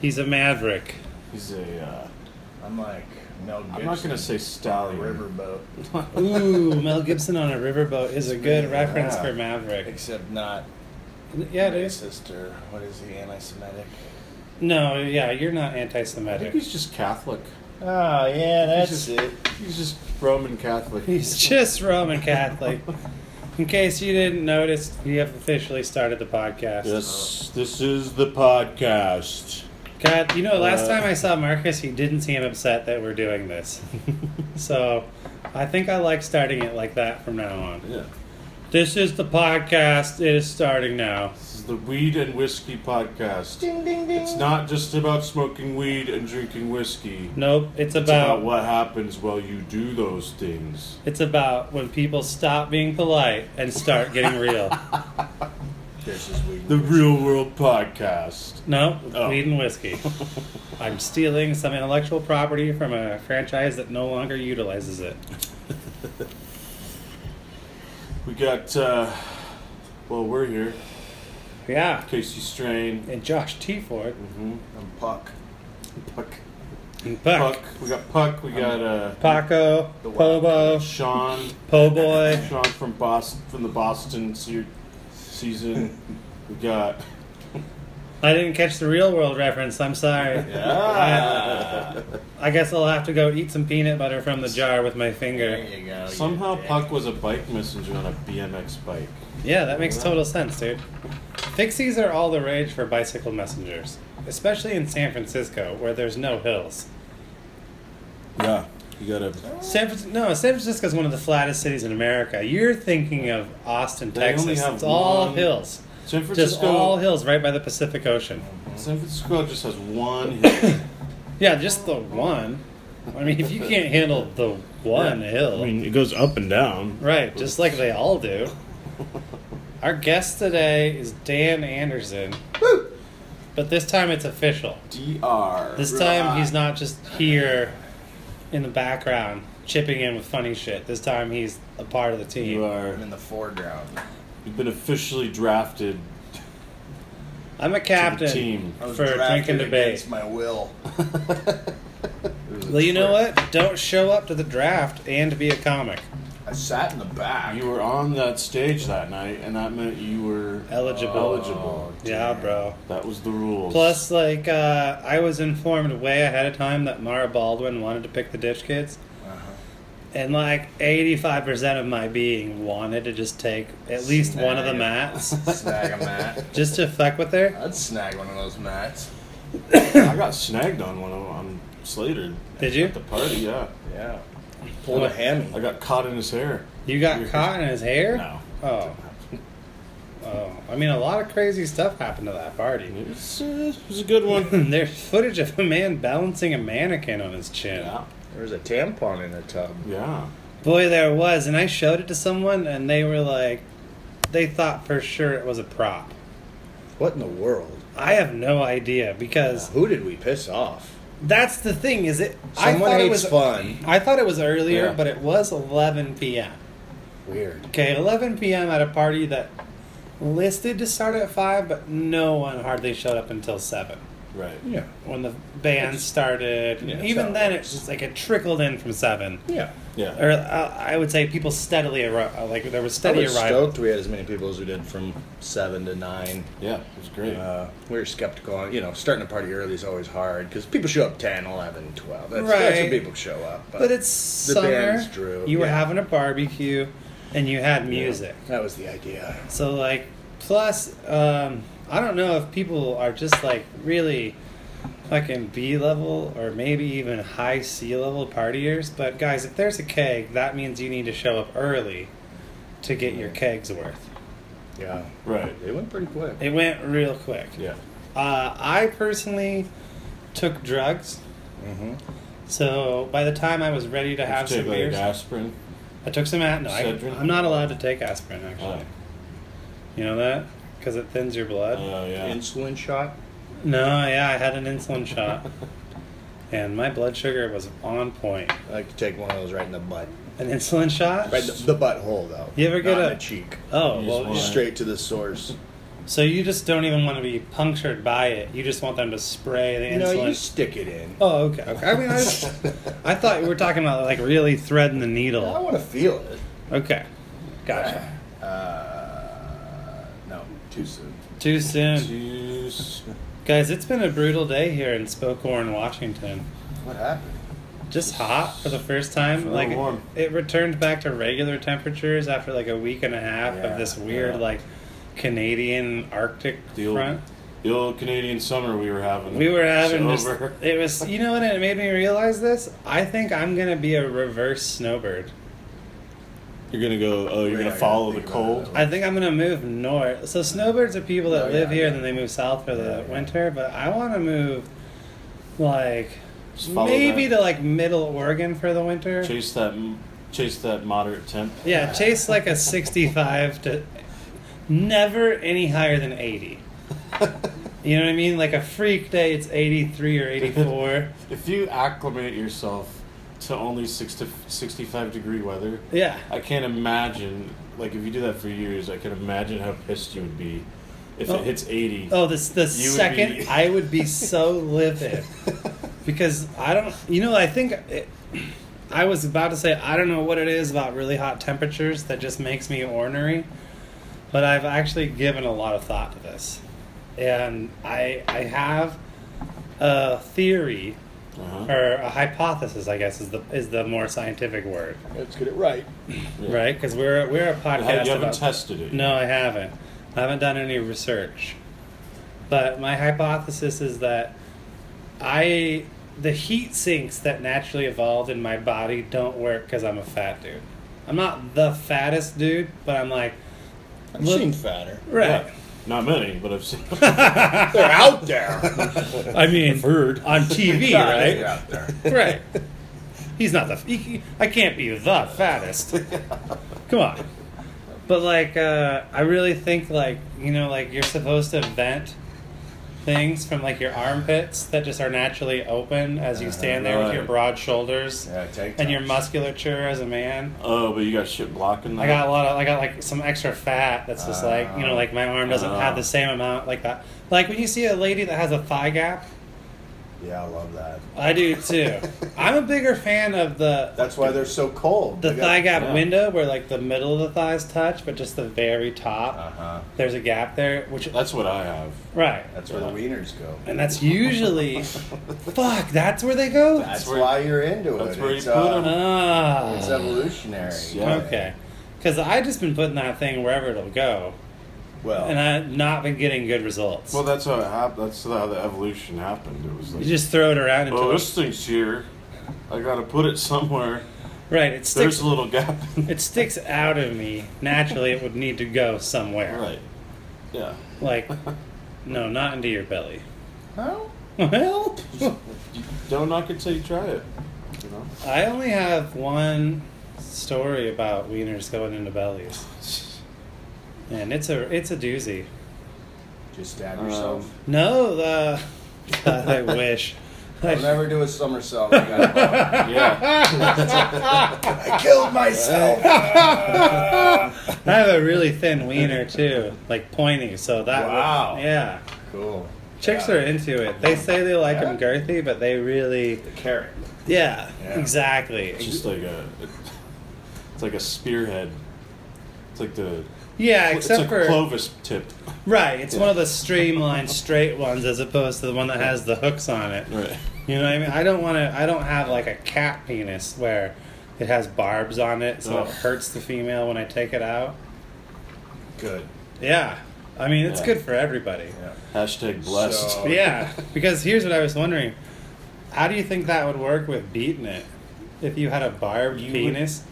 He's a maverick. He's a. Uh, I'm like Mel Gibson. I'm not gonna say stallion. riverboat, Ooh, Mel Gibson on a riverboat is a good Yeah. reference for Maverick. except not Yeah, it is. racist or what is he anti-Semitic? No, yeah, you're not I think anti-Semitic. he's just Catholic. Ah, Oh yeah, he's that's just, it. He's just Roman Catholic. He's just Roman Catholic. In case you didn't notice, we have officially started the podcast. Yes, this is the podcast. God, you know, last Uh, time I saw Marcus, he didn't seem upset that we're doing this. so, I think I like starting it like that from now on. Yeah. This is the podcast. It is starting now. This is the Weed and Whiskey podcast. Ding ding ding. It's not just about smoking weed and drinking whiskey. Nope, it's It's about about what happens while you do those things. it's about when people stop being polite and start getting real. This is weird. The Real World Podcast. No, Oh. weed and whiskey. I'm stealing some intellectual property from a franchise that no longer utilizes it. We got, uh, well, we're here. Yeah. Casey Strain. And Josh T. Ford. Mm-hmm. I'm Puck. Puck. And Puck. Buck. We got Puck. We got, uh, Paco. Mm-hmm. The wild Pobo. Sean. Po Boy. Sean from Boston, from the Boston se- season. We got. I didn't catch the real world reference. I'm sorry. Yeah. I guess I'll have to go eat some peanut butter from the jar with my There finger. you go. you Somehow dick. Puck was a bike messenger on a BMX bike. Yeah, that makes total sense, dude. Fixies are all the rage for bicycle messengers, especially in San Francisco where there's no hills. Yeah, you gotta. San Fran- no, San Francisco is one of the flattest cities in America. You're thinking of Austin, They Texas. only have it's all one- hills, San just all Francisco. hills right by the Pacific Ocean. San Francisco just has one hill. Yeah, just the one. I mean, if you can't handle the one hill, it goes up and down. right? Just like they all do. Our guest today is Dan Anderson, but this time it's official. Dr. This time he's not just here in the background chipping in with funny shit. This time he's a part of the team. You are. I'm in the foreground. You've been officially drafted. I'm a captain team. I was for drafted drinking debate. against my will. It was a Well, you know trick. what? Don't show up to the draft and be a comic. I sat in the back. You were on that stage that night, and that meant you were Eligible. Eligible. yeah, bro. That was the rules. Plus, like, uh, I was informed way ahead of time that Mara Baldwin wanted to pick the Ditch Kids, Uh-huh. and like 85% of my being wanted to just take at least one of the Snag. mats Snag a mat. just to fuck with her. I'd snag one of those mats. I got snagged on one of on Slater. Did you? At the party, yeah. Yeah. Pulled a hammy. I got caught in his hair. You got caught in his hair? No. Oh. Oh. I mean, a lot of crazy stuff happened to that party. It was, uh, it was a good one. There's footage of a man balancing a mannequin on his chin. yeah. There was a tampon in the tub. Yeah. Boy, there was, and I showed it to someone, and they were like, they thought for sure it was a prop. What in the world? I have no idea because Who did we piss off? that's the thing. Is it? I Someone thought hates it was. fun. I thought it was earlier, Yeah. but it was 11 p.m. Weird. Okay, 11 p.m. at a party that listed to start at five, but no one hardly showed up until seven. Right. Yeah. When the band started, yeah, even so- then, it's just like it trickled in from seven. Yeah. Yeah. or uh, I would say people steadily arrived. Like there was I steady was arrival. stoked we had as many people as we did from seven to nine. Yeah. It was great. Uh, we were skeptical. On, you know, starting a party early is always hard because people show up 10, 11, 12. That's, that's when Right. people show up. But it's The summer. bands drew, You were yeah. having a barbecue, and you had music. that was the idea. So like, plus, um, I don't know if people are just like really fucking B level or maybe even high C level partiers. But guys, if there's a keg, that means you need to show up early to get your kegs worth. Yeah. right. It went pretty quick. It went real quick. Yeah. Uh, I personally took drugs. Mm-hmm. So by the time I was ready to have Did you some take like beers, aspirin. I took some at. No, I, Excedrin? I'm not allowed to take aspirin. Actually, Oh. you know that because it thins your blood. Oh, yeah. Insulin shot. no, yeah, I had an insulin shot, and my blood sugar was on point. I like to take one of those right in the butt. An insulin shot? Right in the, the butthole, though. You ever get Not in a- the cheek? Oh You well, just yeah. want- Straight to the source. So you just don't even want to be punctured by it. You just want them to spray the no, insulin. you stick it in. oh, okay. okay. I mean, I, just- I thought we were talking about like really threading the I needle. want to feel it. Okay, gotcha. Uh, no. Too soon. Too soon, Too soon. guys. It's been a brutal day here in Spokane, Washington. What happened? Just hot for the first time. Real Like warm. it returned back to regular temperatures after like a week and a half Yeah, of this weird yeah. like Canadian Arctic The old, front. the old Canadian summer we were having. We were having It's this. over. It was, you know, what it made me realize this. I think I'm gonna be a reverse snowbird. You're gonna go. Oh, you're Yeah, I gonna gotta follow the think about cold. that. I think I'm gonna move north. So snowbirds are people that Oh, yeah, live here and yeah. then they move south for Yeah, the yeah. winter. But I want to move, like, Just follow maybe that. to like middle Oregon for the winter. chase that, chase that moderate temp. Yeah, chase like a 65 to never any higher than 80. You know what I mean? Like a freak day, it's 83 or 84. If you acclimate yourself to only 60, 65 degree weather, Yeah. I can't imagine. Like if you do that for years, I can imagine how pissed you would be if Oh. it hits eighty. Oh, this the You would second be- I would be so livid because I don't. You know, I think it, I was about to say I don't know what it is about really hot temperatures that just makes me ornery, but I've actually given a lot of thought to this, and I I have a theory Uh-huh. or a hypothesis. I guess is the is the more scientific word, Let's get it right. Yeah. right? Because we're we're a You podcast. haven't you haven't about- tested it. no, I haven't. I haven't done any research. But my hypothesis is that I the heat sinks that naturally evolved in my body don't work because I'm a fat dude. I'm not the fattest dude, but I'm like I've Look- seen fatter. right. Yeah. Not many, but I've seen. They're out there. I mean, on TV, God, right? They're out there. Right. He's not the. He, he- I can't be the fattest. Come on. But like, uh, I really think like you know like you're supposed to vent things from like your armpits that just are naturally open as you stand there with your Right. broad shoulders Uh-huh. Yeah, take and your times. musculature as a man. oh, but you got shit blocking. Uh-huh. That. I got a lot of I got like some extra fat that's just like you know like my arm doesn't Uh-huh. Ah. have the same amount like that. Like when you see a lady that has a thigh gap, Yeah, I love that. I do too. I'm a bigger fan of the That's why they're so cold. The They thigh gap yeah. window where like the middle of the thighs touch, but just the very top, Uh-huh. there's a gap there, which That's what I have. right, That's where the wieners go. and that's usually fuck. That's where they go. That's, where- why you're into it. that's where you it's, put uh, 'em. Ah, It's evolutionary. Yeah. okay. Because I just been putting that thing wherever it'll go, Well, and I've not been getting good results. Well, that's how it happened. That's how the evolution happened. It was you like, just throw it around until oh, it- this thing's here. I gotta put it somewhere. right. It There's sticks. a little gap. in It sticks out of me naturally. It would need to go somewhere. Right. Yeah. Like, no, not into your belly. well, Well. You don't knock it till you try it. You know. I only have one story about wieners going into bellies, and it's a it's a doozy. just stab Um, yourself. No, the God, I wish. I, I'll never do a somersault. I, got Yeah. I killed myself. I have a really thin wiener too, like pointy. So that would- Wow. yeah. cool. Chicks Yeah. are into it. They say they like Yeah. them girthy, but they really the carrot. yeah, Yeah. exactly. It's just like a, it's like a spearhead. It's like the, yeah, it's except like for a Clovis tip. right. It's Yeah. one of the streamlined, straight ones, as opposed to the one that has the hooks on it. Right. You know what I mean? I don't want to. I don't have like a cat penis where it has barbs on it, so it Oh. hurts the female when I take it out. Good. Yeah, I mean it's Yeah. good for everybody. Yeah. Hashtag blessed. So- Yeah. because here's what I was wondering: How do you think that would work with beating it? If you had a barbed You would- penis,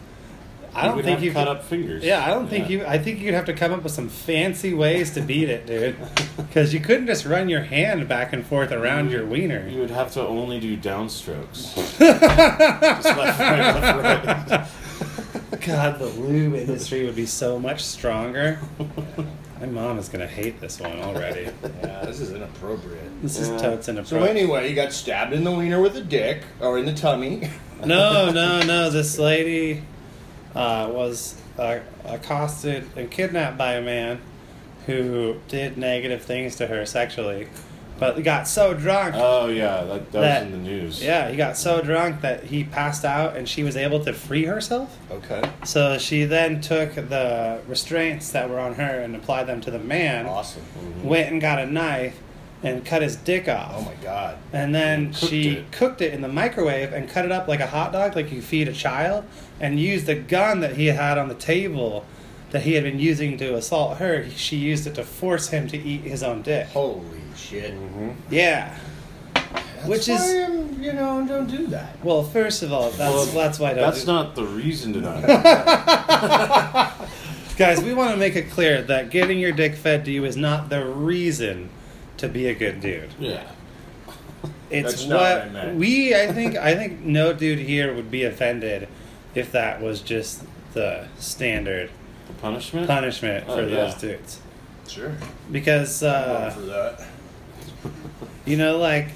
I don't would think have you cut could- up fingers. Yeah, I don't think you. I think you'd have to come up with some fancy ways to beat it, dude. Because you couldn't just run your hand back and forth around your wiener. You would have to only do downstrokes. Just left, right, left, right. God, the lube industry would be so much stronger. My mom is gonna hate this one already. Yeah, this is inappropriate. This is Yeah. totes So inappropriate. anyway, you got stabbed in the wiener with a dick or in the tummy. no, no, no. This lady uh, was uh, accosted and kidnapped by a man who did negative things to her sexually, but got so drunk. Oh yeah, that, that, That- was in the news. yeah, he got so drunk that he passed out and she was able to free herself. Okay. So she then took the restraints that were on her and applied them to the man, Awesome. went and got a knife and cut his dick off. Oh my god. And then And cooked she it. cooked it in the microwave and cut it up like a hot dog, like you feed a child, and used the gun that he had on the table that he had been using to assault her. She used it to force him to eat his own dick. Holy shit. Mm-hmm. Yeah. Which That's is- why I'm, you know, don't do that. Well, first of all, that's Well, that's why I don't. That's do- not the reason to not. do that. guys. We want to make it clear that getting your dick fed to you is not the reason to be a good dude. yeah. It's That's what, not what I meant. we. I think. I think no dude here would be offended if that was just the standard The punishment. punishment Oh, for yeah. those dudes Sure. because Going uh, for that. you know, like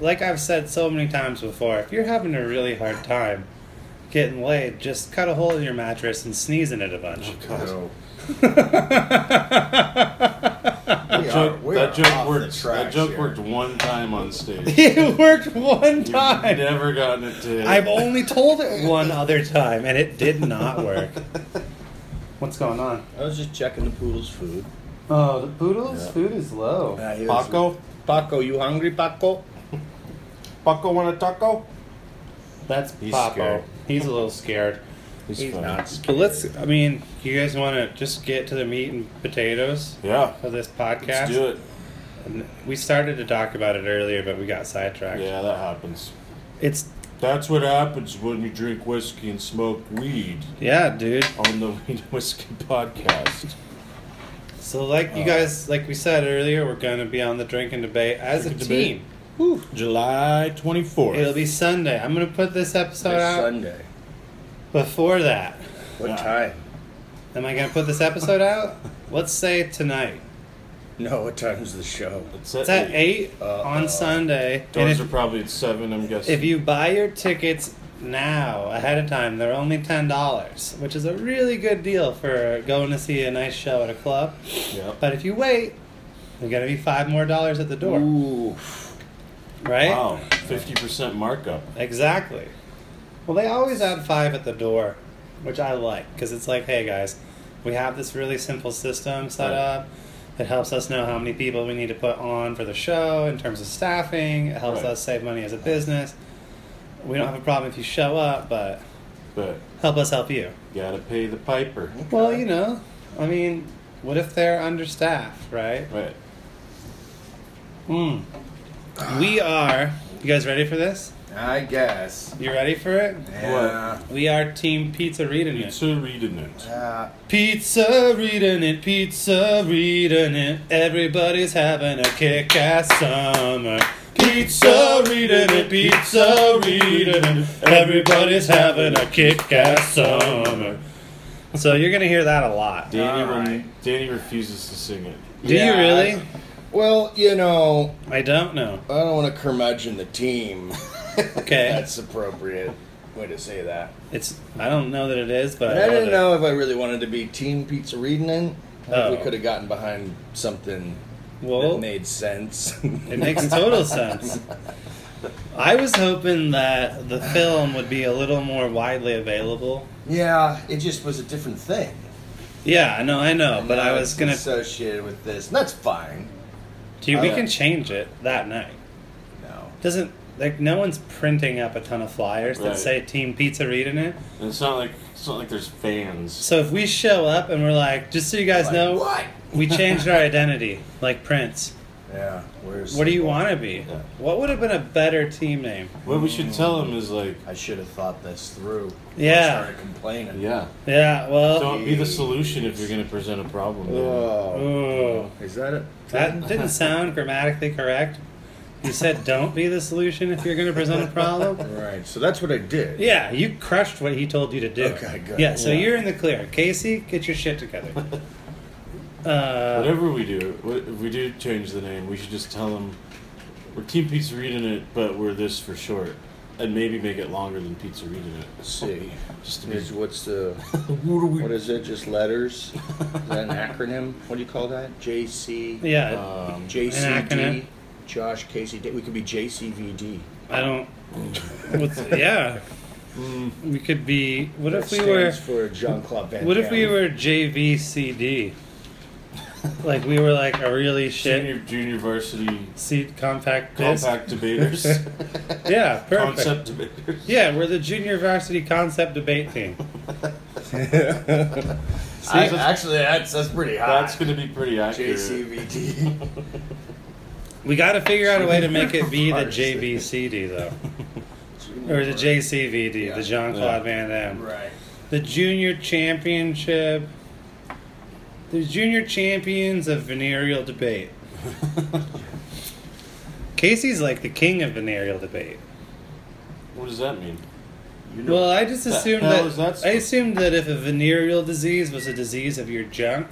like I've said so many times before, if you're having a really hard time getting laid, just cut a hole in your mattress and sneeze in it a bunch. oh, God. No. That We are- joke, we that are joke off the worked. That tracks joke here. worked one time on stage. it worked one You've time. never gotten it to. I've only told it one other time, and it did not work. What's going on? I was just checking the poodle's food. Oh, the poodle's Yeah. food is low. Yeah, he was- Paco. Paco, you hungry, Paco? Paco want a taco? That's He's Papo. scared. He's a little scared. He's, fine. not scared. But let's. I mean, you guys want to just get to the meat and potatoes Yeah. of this podcast? Let's do it. And We started to talk about it earlier, but we got sidetracked. Yeah, that happens. It's That's what happens when you drink whiskey and smoke weed yeah, dude. on the Weed and Whiskey podcast. So like Uh, you guys, like we said earlier, we're gonna be on the drink and debate as Drink a and debate. team. July 24th. It'll be Sunday. I'm gonna put this It's episode out Sunday. before that. What Yeah. time? Am I gonna put this episode out? Let's say tonight. No, what time is the show? It's It's at eight Uh, on uh, Sunday. And Doors are if, probably at 7, I'm guessing. if you buy your tickets now ahead of time, they're only ten dollars, which is a really good deal for going to see a nice show at a club. Yep. But if you wait, there's gonna be five more dollars at the door, Ooh. right? Wow, 50% markup. Exactly. Well, they always add five at the door, which I like because it's like, hey guys, we have this really simple system set Right. up. It helps us know how many people we need to put on for the show in terms of staffing. It helps Right. us save money as a business. We don't have a problem if you show up, but But help us help you. gotta pay the piper. Well, you know, I mean, what if they're understaffed, right? Right. Mm. We are. You guys ready for this? I guess. You ready for it? Yeah. We are Team Pizza Reading It. Pizza reading it. Uh, Pizza reading it, pizza reading it. Everybody's having a kick ass summer. Pizza reading it, pizza reading it. Everybody's having a kick ass summer. So you're gonna hear that a lot. Danny, All rem- right. Danny refuses to sing it. Do Yeah. you really? well, you know, I don't know. I don't want to curmudgeon the team. Okay. That's appropriate way to say that. It's I don't know that it is, but But I, I didn't love know if I really wanted to be Team Pizza Reading. In. I think Oh. we could have gotten behind something it. Well, that made sense. It makes total sense. I was hoping that the film would be a little more widely available. yeah, it just was a different thing. Yeah, I know, I know, And but now I was it's gonna. associated with this. And that's fine. Dude, we I- can change it that night. No. Doesn't like no one's printing up a ton of flyers that Right. say Team Pizza Read in it. And it's not like it's not like there's fans. So if we show up and we're like, just so you guys Like, know, What? we changed our identity, like Prince. Yeah. Where's What do you the- want to be? Yeah. What would have been a better team name? What we should tell him is like, I should have thought this through. Yeah. I started complaining. yeah, Yeah, well, don't be the solution if you're gonna present a problem. man. Oh. ooh, Is that it? that didn't sound grammatically correct. You said, "Don't be the solution if you're going to present a problem." Right. So that's what I did. Yeah, you crushed what he told you to do. Okay, good. Yeah, so Yeah. you're in the clear. Casey, get your shit together. uh, Whatever we do, wha- if we do change the name, we should just tell him we're Team Pizza reading it, but we're this for short. and maybe make it longer than pizzeria did it. Let's see. Just to be- Is, what's the what are we? what is it? Just letters? Is that an acronym? What do you call that? JC. Yeah, um, An acronym. JCD. Josh Casey. D- We could be JCVD. I don't. What's, yeah, Mm. we could be. What That if we were? stands for Jean Claude Van. What if Damme. we were JVCD? Like we were like a really shit junior, junior varsity seat compact disc. compact debaters, Yeah, perfect. concept debaters. Yeah, we're the junior varsity concept debate team. See, I- actually, that's that's pretty hot. That's going to be pretty accurate. JCVD. we got to figure out a way to make it be the Varsity. JVCD though, or the JCVD, Yeah. the Jean Claude Van Yeah. Damme, Right. the junior championship, the junior champions of venereal debate. Casey's like the king of venereal debate. What does that mean? You know, Well, I just The assumed hell that, is I that supposed- assumed that if a venereal disease was a disease of your junk,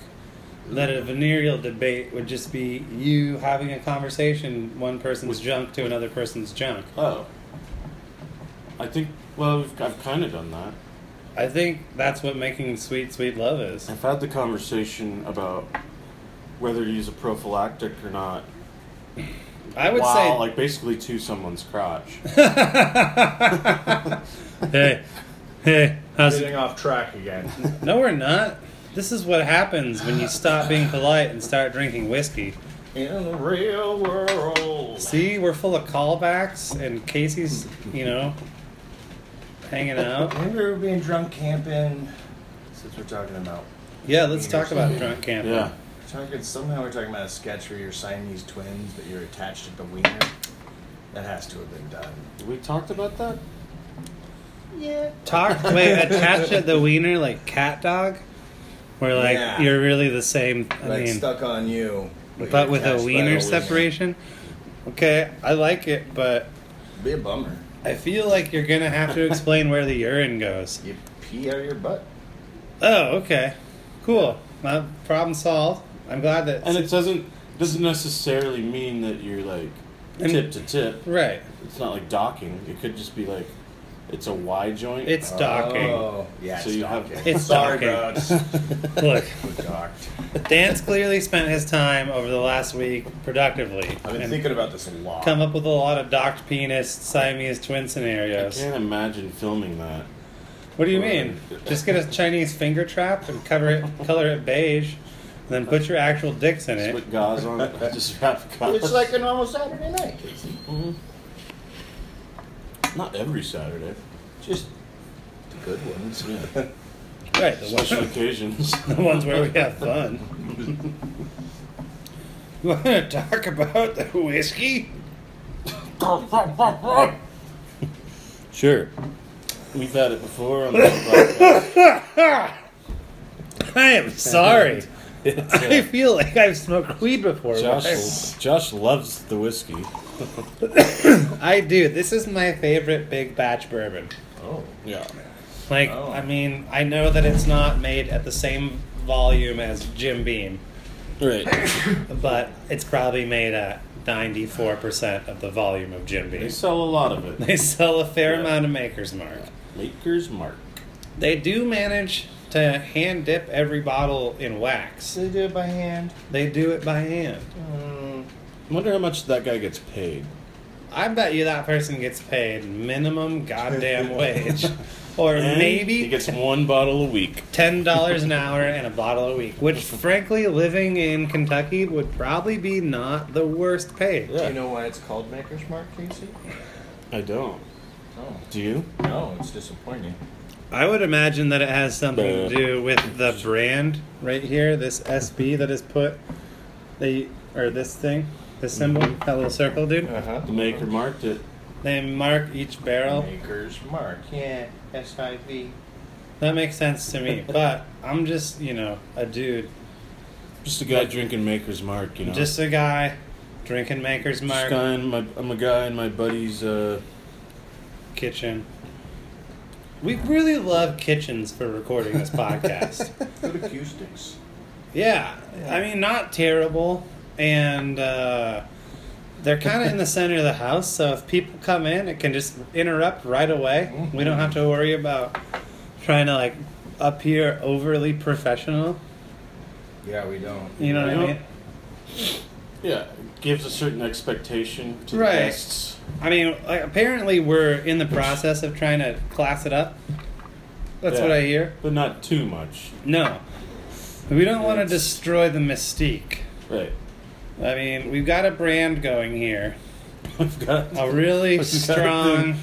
that a venereal debate would just be you having a conversation one person's With- junk to another person's junk. Oh, I think. Well, I've, I've kind of done that. I think that's what making sweet sweet love is. I've had the conversation about whether to use a prophylactic or not. I would while, say like, basically to someone's crotch. hey hey how's it? getting off track again. No we're not. This is what happens when you stop being polite and start drinking whiskey. In the real world. See, we're full of callbacks and Casey's, you know, hanging out. Remember Oh, being drunk camping? Since we're talking about, Yeah, let's talk about drunk camping. yeah. talking somehow we're talking about a sketch where you're Siamese twins, but you're attached at the wiener. That has to have been done. We talked about that? Yeah. Talk wait, attached at the wiener like cat dog? Where like Yeah. you're really the same I like mean stuck on you, but you're with attached a by wiener separation? Okay, I like it, but Be a bummer. I feel like you're gonna have to explain where the urine goes. You pee out of your butt. Oh, okay. Cool. My problem solved. I'm glad that And it doesn't doesn't necessarily mean that you're like And- tip to tip. right. It's not like docking. It could just be like it's a Y joint. It's docking. Oh, yeah. So it's you have- docking. It's Sorry, docking. bro. It's Look. we're docked. Dan's clearly spent his time over the last week productively. I've been and thinking about this a lot. come up with a lot of docked penis Siamese twin I scenarios. can't imagine filming that. What do you mean? Just get a Chinese finger trap and cover it, color it beige, and then put your actual dicks in Just it. put gauze on it. Just wrap gauze. It's like a normal Saturday night. Casey. Mhm. Not every Saturday. Just the good ones. Yeah. Right, the ones, Special occasions. the ones where we have fun. you want to talk about the whiskey? Sure. We've had it before on the podcast. I am sorry. It's, I uh, feel like I've smoked weed before. Josh, Josh loves the whiskey. I do. This is my favorite big batch bourbon. Oh. Yeah. Like, Oh. I mean, I know that it's not made at the same volume as Jim Beam, Right. but it's probably made at 94% of the volume of Jim They Beam. sell a lot of it. They sell a fair Yeah. amount of Maker's Mark. Maker's Mark. They do manage to hand dip every bottle in wax, So they do it by hand. they do it by hand. Mm. I wonder how much that guy gets paid. I bet you that person gets paid minimum goddamn wage. Or And maybe he gets one bottle a week. ten dollars an hour and a bottle a week, which frankly, living in Kentucky would probably be not the worst pay. Yeah. Do you know why it's called Maker's Mark, Casey? I don't. Oh. Do you? No, it's disappointing. I would imagine that it has something to do with the brand right here, this SB that is put, they or this thing, this symbol, Mm-hmm. that little circle, dude. huh. The maker marked it. They mark each barrel. Maker's Mark. Yeah. S I V. That makes sense to me, but I'm just you know a dude, Just a guy drinking Maker's Mark, you know. just a guy drinking Maker's Just Mark guy in my, I'm a guy in my buddy's uh, kitchen. We really love kitchens for recording this podcast. Good acoustics. Yeah, I mean, not terrible, and uh, They're kind of in the center of the house, so if people come in, it can just interrupt right away. We don't have to Mm-hmm. worry about trying to like appear overly professional. Yeah, we don't. You know what I Yeah. mean? Yeah, it gives a certain expectation to Right. the guests. I mean, like, apparently we're in the process of trying to class it up. That's Yeah. what I hear. But not too much. No, we don't want to It's- destroy the mystique. Right. I mean, we've got a brand going here. We've got a really It's strong, something-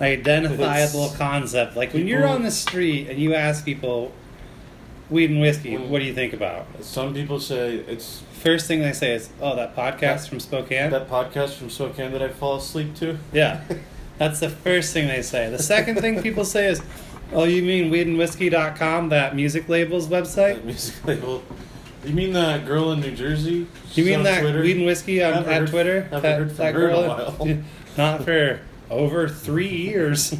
identifiable It's- concept. Like when you're people- on the street and you ask people, weed and whiskey, Mm. what do you think about? some people say it's First thing they say is, oh, that podcast from Spokane. that podcast from Spokane that I fall asleep to. yeah, that's the first thing they say. The second thing people say is, oh, you mean weedandwhiskey.com, that music label's That website? music label. You mean that girl in New Jersey? You She's mean on that Twitter? weed and whiskey on Haven't at heard- Twitter? haven't that heard from that her in a girl- while. not for over three years.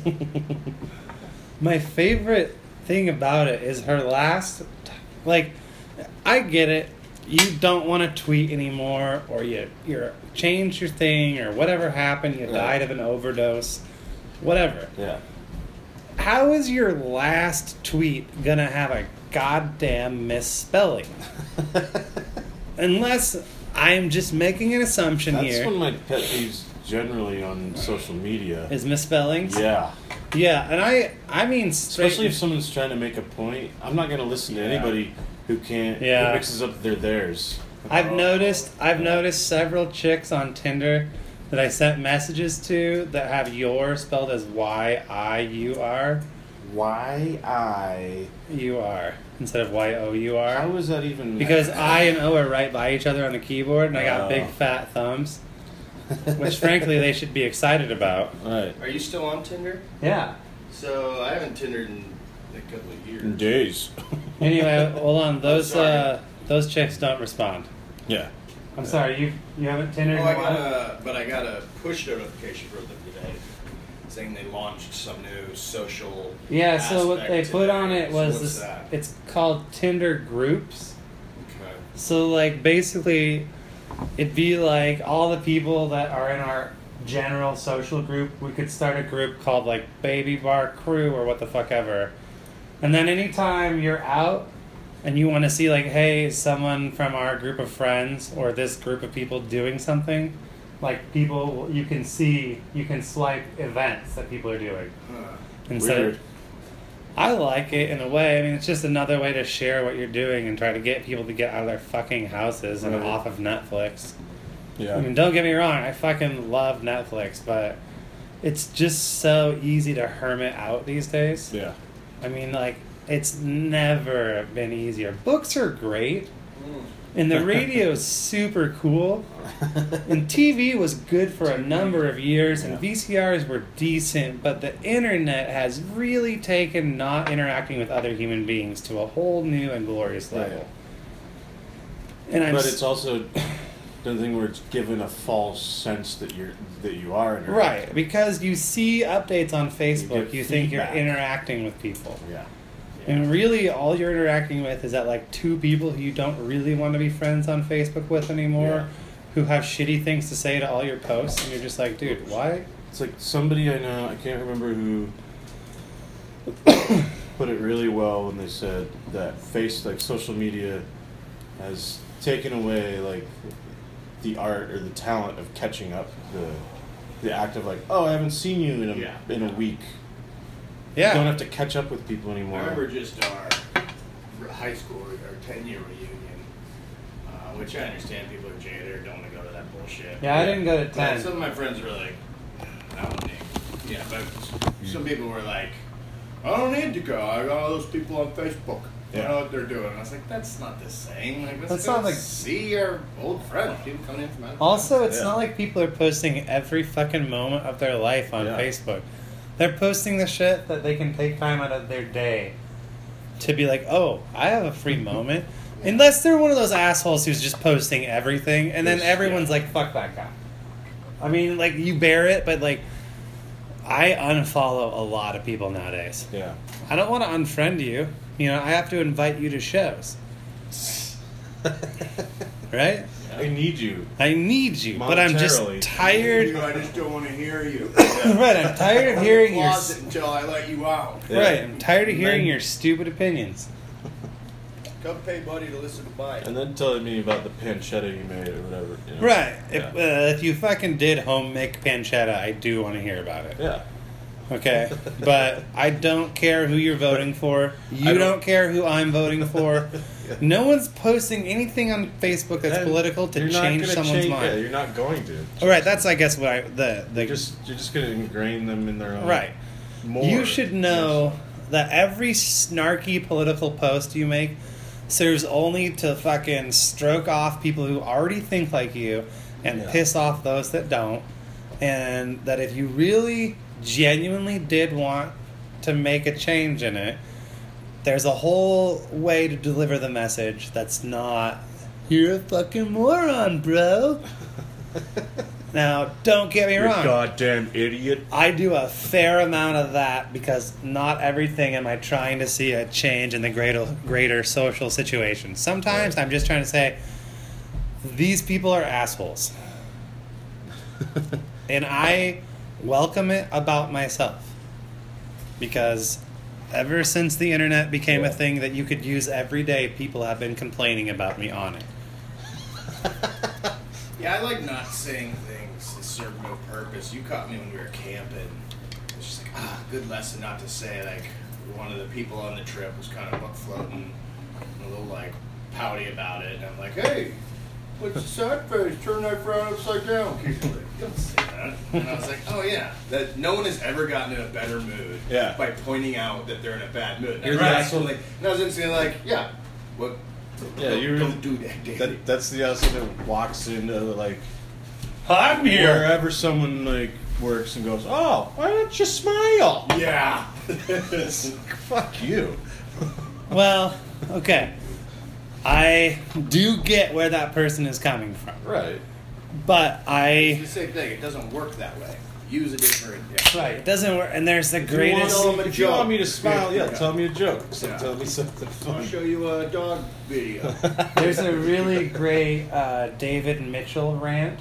My favorite thing about it is her last, t- like, I get it. You don't want to tweet anymore, or you you change your thing, or whatever happened. You Right. died of an overdose, whatever. Yeah. How is your last tweet gonna have a goddamn misspelling? Unless I'm just making an assumption That's here. one of my pet peeves generally on social media. Is misspellings? yeah. Yeah, and I I mean straight, Especially if someone's trying to make a point. I'm not going to listen Yeah. to anybody who can't, Yeah. who mixes up their theirs. I've noticed I've noticed several chicks on Tinder that I sent messages to that have your spelled as Y I U R Why I. U R instead of Y O U How R. was that even. Because I and O are right by each other on the keyboard and I got Oh. big fat thumbs. Which frankly they should be excited about. Right. Are you still on Tinder? Yeah. So I haven't Tindered in a couple of years. In days. Anyway, hold on, those sorry. uh, those chicks don't respond. yeah. I'm sorry, you you haven't Tindered Oh, in I a got while? a, but I got a push notification from them today saying they launched some new social. Yeah, so what aspect they put today. on it So was what's this, that? it's called Tinder groups. Okay. So like basically it'd be like all the people that are in our general social group, we could start a group called like Baby Bar Crew or what the fuck ever. And then anytime you're out and you want to see like hey, is someone from our group of friends or this group of people doing something, like people you can see, you can swipe events that people are doing. Huh. Instead of Weird. I like it in a way. I mean, it's just another way to share what you're doing and try to get people to get out of their fucking houses and Right. off of Netflix. Yeah. I mean, don't get me wrong, I fucking love Netflix, but it's just so easy to hermit out these days. yeah. I mean, like, it's never been easier. Books are great, Mm. and the radio is super cool, and TV was good for a number of years, and Yeah. VCRs were decent, but the internet has really taken not interacting with other human beings to a whole new and glorious Yeah. level. And I'm but s- it's also the thing where it's given a false sense that you're that you are interacting. right because you see updates on Facebook, get you think you're feedback. interacting with people. Yeah. And really, all you're interacting with is that like two people who you don't really want to be friends on Facebook with anymore, Yeah. who have shitty things to say to all your posts, and you're just like, dude, why? It's like somebody I know, I can't remember who put it really well when they said that face like social media has taken away like the art or the talent of catching up the the act of like, oh I haven't seen you in a Yeah. in a week. You don't Yeah, have to catch up with people anymore. I remember just our r- high school, our 10 year reunion, uh, which I understand people are jaded, don't want to go to that bullshit. yeah, I didn't go to But ten. some of my friends were like, I don't need. Yeah, but some people were like, I don't need to go. I got all those people on Facebook. They Yeah. know what they're doing. I was like, that's not the same. Like, That's let's not go like- see your old friends. People coming in from out of Also, it's Yeah. not like people are posting every fucking moment of their life on Yeah. Facebook. They're posting the shit that they can take time out of their day to be like, oh, I have a free moment. Unless they're one of those assholes who's just posting everything, and then Yes, everyone's like, fuck that guy. I mean, like, you bear it, but like, I unfollow a lot of people nowadays. Yeah. I don't want to unfriend you. You know, I have to invite you to shows, right? I need you. I need you, but I'm just Monetarily. You, tired. I just don't want to hear you. right, I'm tired of hearing your. Closet until I let you out. Yeah. Right, I'm tired of And hearing then- your stupid opinions. Come pay money to listen to mine. And then telling me about the pancetta you made or whatever. You know? Right, Yeah. if, uh, if you fucking did home make pancetta, I do want to hear about it. yeah. Okay, but I don't care who you're voting for. You I don't, don't- care who I'm voting for. No one's posting anything on Facebook that's Then political to you're not change gonna someone's change- Yeah, mind. you're not going to. All right, that's I guess what I the the You're just you're just gonna ingrain them in their own. right. More. You should know that every snarky political post you make serves only to fucking stroke off people who already think like you and Yeah. piss off those that don't. And that if you really genuinely did want to make a change in it, there's a whole way to deliver the message that's not, you're a fucking moron, bro. now, don't get me You're wrong. goddamn idiot. I do a fair amount of that because not everything am I trying to see a change in the greater greater social situation. Sometimes I'm just trying to say these people are assholes. and I welcome it about myself. Because ever since the internet became a Yeah. thing that you could use every day, people have been complaining about me on it. Yeah, I like not saying things that serve no purpose. You caught me when we were camping. It's just like, ah, good lesson not to say. Like, one of the people on the trip was kind of buck floating, a little like pouty about it. And I'm like, hey, what's the side face? Turn that frown upside down, Keesley. Don't say that. And I was like, oh yeah, that no one has ever gotten in a better mood Yeah. by pointing out that they're in a bad mood. And You're I the was asshole. like, and I was instantly like, yeah, what? Yeah, don't, you're- don't do that, David. That that's the asshole that walks into like I'm wherever someone like works and goes, oh, why don't you smile? yeah. Fuck you. Well, okay. I do get where that person is coming from, Right. but It's I the same thing. It doesn't work that way. Use a different. Yeah. right it doesn't work. And there's the greatest. tell 'em a if you want me to joke. smile, yeah, Yeah. tell me a joke. So Yeah. Tell me something I'll funny. show you a dog video. There's a really great uh, David Mitchell rant.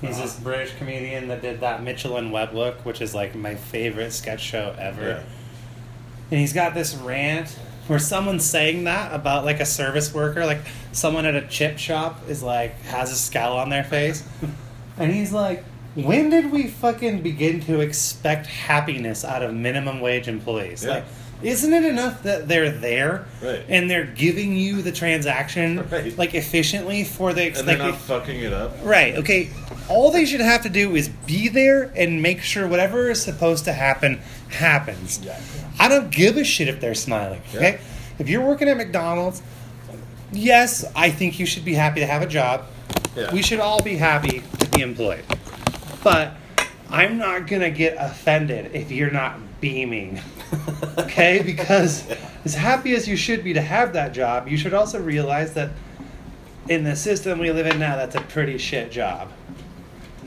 He's this Uh-huh. British comedian that did that Mitchell and Webb look, which is like my favorite sketch show ever. Yeah. and he's got this rant where someone's saying that about like a service worker, like someone at a chip shop is like has a scowl on their face, and he's like, "When did we fucking begin to expect happiness out of minimum wage employees? Yeah. Like, isn't it enough that they're there Right. and they're giving you the transaction Right. like efficiently for the And they're expected?" not fucking it up. Right. Okay. All they should have to do is be there and make sure whatever is supposed to happen happens. I don't give a shit if they're smiling. Okay. Yeah. If you're working at McDonald's, yes, I think you should be happy to have a job. Yeah. We should all be happy to be employed. But I'm not gonna get offended if you're not beaming. okay, because as happy as you should be to have that job, you should also realize that in the system we live in now, that's a pretty shit job,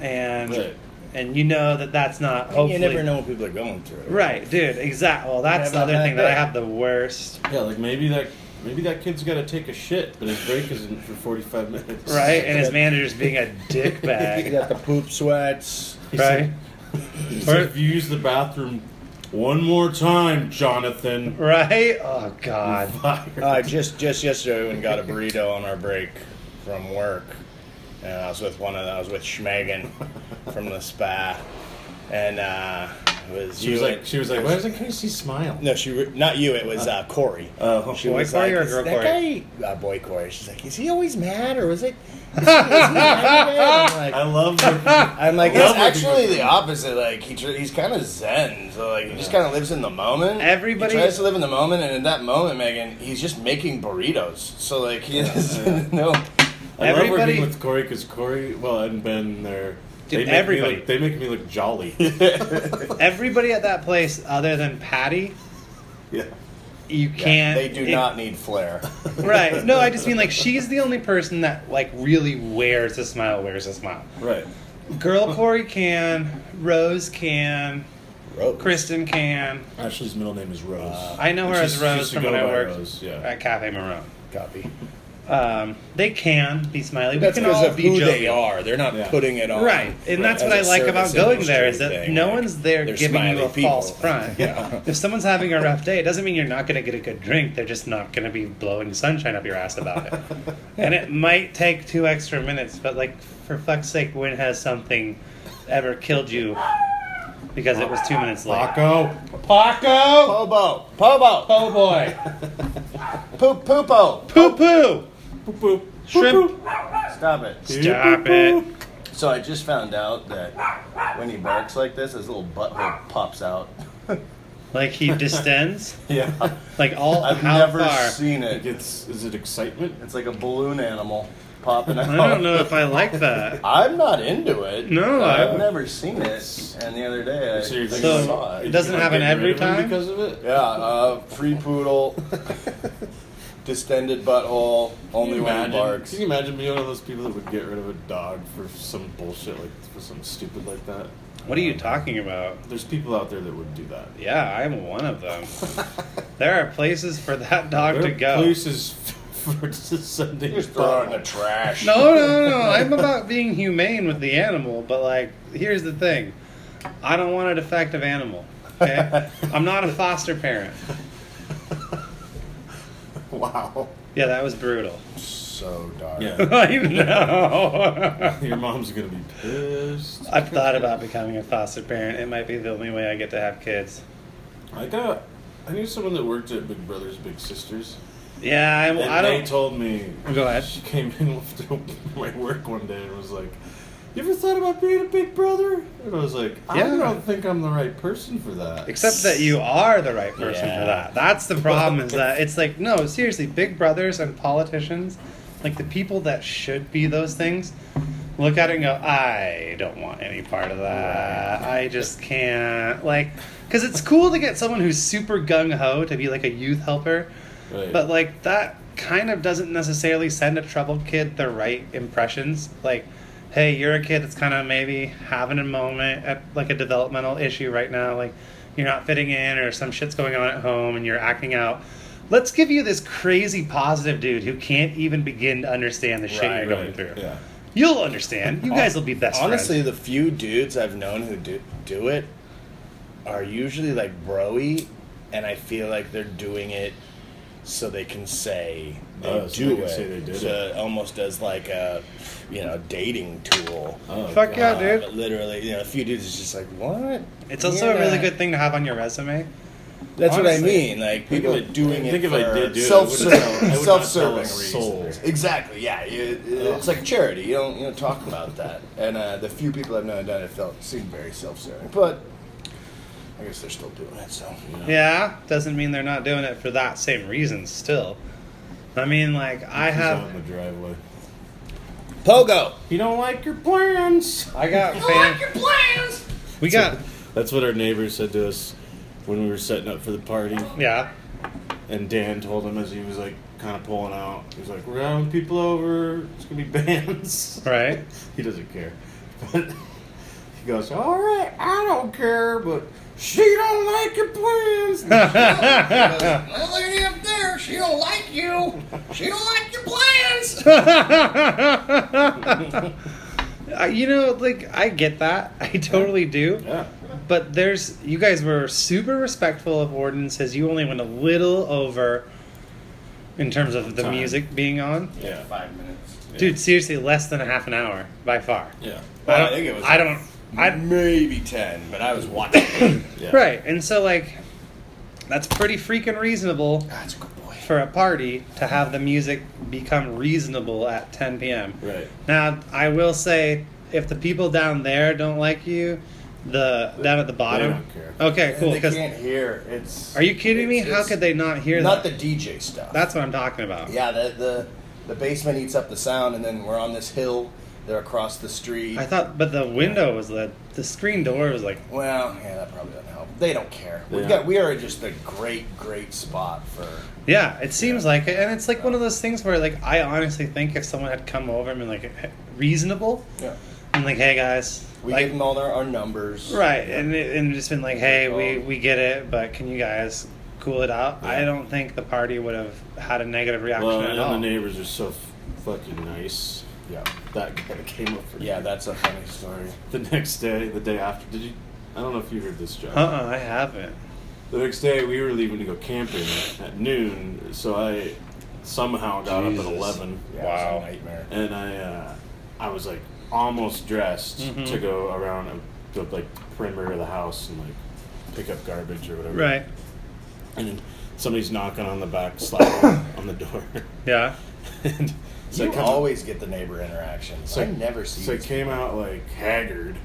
and Right. and you know that that's not. Hopefully, You never know what people are going through. Right, dude. Exactly. Well, that's the Never other had thing that I that. have the worst. Yeah, like maybe that maybe that kid's got to take a shit, but his break isn't for forty five minutes. Right, and his manager's being a dickbag. You got the poop sweats. He Right, said- he said, if you use the bathroom one more time, Jonathan. right. Oh God. Uh, just just yesterday, we went and got a burrito on our break from work, and I was with one of I was with Schmegan from the spa, and uh, it was She you was like, and- she was like, why doesn't Casey smile? no, she re- not you. It was uh, Corey. Oh. she Boy was Corey like, or "Is girl that Corey?" guy- uh, boy Corey. She's like, is he always mad or was it? is he- is he mad today?" I'm like, I love her. I'm like, Love it's working actually with the opposite. Like he tr- he's kind of zen, so like he just kind of lives in the moment. Everybody- he tries to live in the moment, and in that moment, Megan, he's just making burritos. So like he is yeah. no. I love Everybody- working with Corey because Corey, well, and Ben, they're Dude, they make me everybody. look- they make me look jolly. Everybody at that place, other than Patty, yeah, you can't. They do it- not need flair. Right. No, I just mean like she's the only person that like really wears a smile. Wears a smile. right. Girl Corey can. Rose can. Rope. Kristen can. Ashley's middle name is Rose. I know her She as used- Rose used to from go when I by worked Rose, yeah. at Cafe Marone. copy. um, they can be smiley. That's we can all because of be who jovial. they are. They're not Yeah. putting it on. Right, and that's as what I a like about service going there is industry that thing. no Like, one's there they're giving you smiley a people. false front. Yeah. If someone's having a rough day, it doesn't mean you're not going to get a good drink. They're just not going to be blowing sunshine up your ass about it. and it might take two extra minutes, but like for fuck's sake, when has something ever killed you because it was two minutes late? Paco. Paco! Pobo, Pobo, Oh boy! Poop, Poopo. Poo poo! Boop, boop. Shrimp! Stop it. Stop it! So I just found out that when he barks like this, his little butthole pops out. Like he distends. Yeah. Like all I've how never far? seen it it. gets, is it excitement? It's like a balloon animal popping out. I don't know if I like that. I'm not into it. No, I've I- never seen it. And the other day, I So you're thinking So, I saw it doesn't You're happen getting every rid of him time? because of it. yeah, uh, free poodle, distended butthole, Can only you when he imagine- barks. Can you imagine being one of those people that would get rid of a dog for some bullshit, like for something stupid like that? What are you talking about? There's people out there that would do that. Yeah, I'm one of them. there are places for that dog There to are go. Places for just sending. Just throw it in the trash. No, no, no. I'm about being humane with the animal, but like, here's the thing: I don't want a defective animal. Okay, I'm not a foster parent. Wow. Yeah, that was brutal. So dark. Yeah, I know. your mom's gonna be pissed. I've thought about becoming a foster parent. It might be the only way I get to have kids. I got. I knew someone that worked at Big Brothers Big Sisters, Yeah, I, and I they don't. told me. Go ahead. She came in after my work one day and was like. You ever thought about being a big brother? And I was like, I Yeah. don't think I'm the right person for that. Except that you are the right person Yeah. for that. That's the problem is that it's like, no, seriously, big brothers and politicians, like the people that should be those things, look at it and go, I don't want any part of that. I just can't. Like, because it's cool to get someone who's super gung ho to be like a youth helper, Right. but like that kind of doesn't necessarily send a troubled kid the right impressions. Like, hey, you're a kid that's kind of maybe having a moment at like a developmental issue right now. Like, you're not fitting in or some shit's going on at home and you're acting out. Let's give you this crazy positive dude who can't even begin to understand the shit Right, you're going right, through. yeah. You'll understand. You guys will be best Honestly, friends. the few dudes I've known who do, do it are usually like broy, and I feel like they're doing it so they can say they Oh, so do they can it. say they did so almost as like a you know dating tool. Oh, Fuck yeah, Uh, dude. but literally, you know, a few dudes is just like what? It's also a Yeah. really good thing to have on your resume. That's what I honestly. mean. Like people are doing I it. think if for I did do it, I self wouldn't tell- I would not self tell a service soul. Exactly. Yeah, you- it's like charity. You don't you don't talk about that. And uh, the few people I've known who've done it felt seemed very self serving. But I guess they're still doing it. So Yeah, doesn't mean they're not doing it for that same reason still. I mean, like, I He's have. out in the driveway. pogo. You don't like your plans. I got fan. We got That's what our neighbor said to us when we were setting up for the party. yeah. And Dan told him as he was like kind of pulling out, he was like, "We're having people over. It's gonna be bands." Right. He doesn't care, but he goes, "All right, I don't care, but she don't like your plans." That lady up there, she don't like you. She don't like your plans. Uh, you know, like I get that. I totally do. yeah. But there's you guys were super respectful of ordinances. You only went a little over in terms of the Time. music being on. Yeah. Five minutes. Dude, seriously, less than a half an hour by far. Yeah. Well, I I don't think it was- I don't I maybe ten, but I was watching. Yeah. Right. And so like that's pretty freaking reasonable That's a good boy. for a party to have the music become reasonable at 10 p.m. Right. Now, I will say, if the people down there don't like you, the down at the bottom. don't care. Okay, cool. they 'cause- can't hear. It's. are you kidding me? it's- How it's could they not hear Not that? the DJ stuff. That's what I'm talking about. Yeah, the, the the basement eats up the sound, and then we're on this hill. They're across the street. I thought, but the window was lit. The screen door was like, well, yeah, that probably doesn't help. They don't care. We've Yeah. got we are just a great great spot for. yeah, it seems like it, and it's like one of those things where, like, I honestly think if someone had come over and been like reasonable, Yeah. and like, hey guys, We like, give them all our, our numbers. Right, and it, and just been like, hey, we, we get it, but can you guys cool it out, Yeah. I don't think the party would have had a negative reaction Well, at and all. the neighbors are so f- fucking nice. Yeah, that guy came up for Yeah, that's a funny story. The next day, the day after, did you? I don't know if you heard this, John. Uh-uh, I haven't. The next day, we were leaving to go camping at noon, so I somehow got up at Jesus. eleven, Yeah, Wow. It was a nightmare. and I uh, I was like almost dressed Mm-hmm. Mhm. to go around a, the like perimeter of the house and like pick up garbage or whatever. Right. And then somebody's knocking on the back slap on the door. Yeah. and So I you come- always get the neighbor interactions. So I never see. So it these came out like haggard